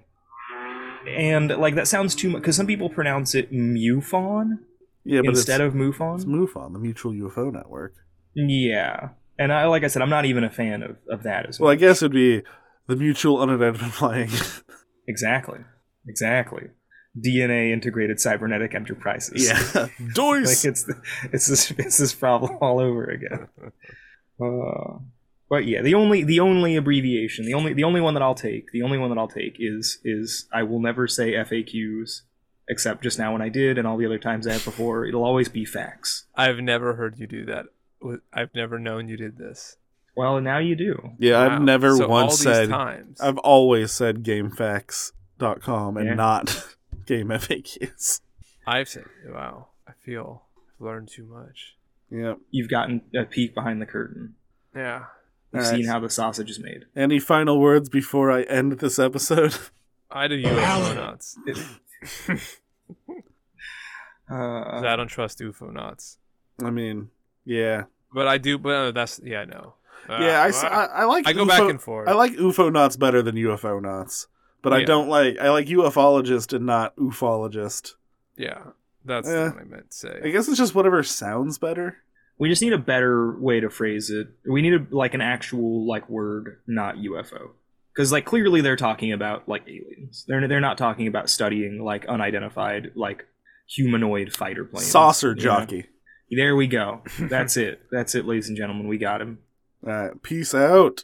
Speaker 4: and like that sounds too much because some people pronounce it MUFON
Speaker 2: Yeah, but
Speaker 4: instead
Speaker 2: it's,
Speaker 4: of MUFON.
Speaker 2: it's MUFON, the Mutual UFO Network.
Speaker 4: yeah, and I like I said, I'm not even a fan of, of that as
Speaker 2: Well,
Speaker 4: well.
Speaker 2: I guess it'd be the Mutual Unidentified Flying. *laughs*
Speaker 4: exactly, exactly. DNA integrated cybernetic enterprises. like
Speaker 2: Dois.
Speaker 4: it's it's this *laughs* it's this problem all
Speaker 2: *laughs*
Speaker 4: over again. Uh, but yeah, the only the only abbreviation, the only the only one that I'll take, the only one that I'll take is is I will never say FAQs, except just now when I did, and all the other times I have before. It'll always be facts.
Speaker 3: I've never heard you do that. I've never known you did this.
Speaker 4: Well, now you do.
Speaker 2: Yeah, I've
Speaker 3: Wow.
Speaker 2: never
Speaker 3: So all
Speaker 2: once
Speaker 3: these
Speaker 2: said.
Speaker 3: times.
Speaker 2: I've always said GameFacts.com and
Speaker 4: Yeah.
Speaker 2: not *laughs* Game FAQs.
Speaker 3: I've said, wow, I feel I've learned too much.
Speaker 2: Yep.
Speaker 4: You've gotten a peek behind the curtain.
Speaker 3: Yeah.
Speaker 4: You've
Speaker 2: All right.
Speaker 4: seen how the sausage is made.
Speaker 2: Any final words before I end this episode? *laughs*
Speaker 3: I do UFO nuts.
Speaker 4: Uh,
Speaker 3: I don't trust UFO nuts.
Speaker 2: I mean, yeah,
Speaker 3: But I do, but uh, that's, yeah, I know. Uh,
Speaker 2: yeah. I, s-
Speaker 3: uh,
Speaker 2: I, I like.
Speaker 3: I go
Speaker 2: UFO
Speaker 3: back and forth.
Speaker 2: I like UFO knots better than UFO knots, but I
Speaker 3: Yeah.
Speaker 2: don't like. I like ufologist and not ufologist.
Speaker 3: yeah, that's
Speaker 2: Yeah.
Speaker 3: the one I meant to say.
Speaker 2: I guess it's just whatever sounds better.
Speaker 4: we just need a better way to phrase it. We need a, like an actual like word, not UFO, because like clearly they're talking about like aliens. They're they're not talking about studying like unidentified like humanoid fighter planes.
Speaker 2: Saucer
Speaker 4: you know?
Speaker 2: jockey. *laughs*
Speaker 4: There we go. That's it. That's it, ladies and gentlemen. We got him.
Speaker 2: All right, peace out.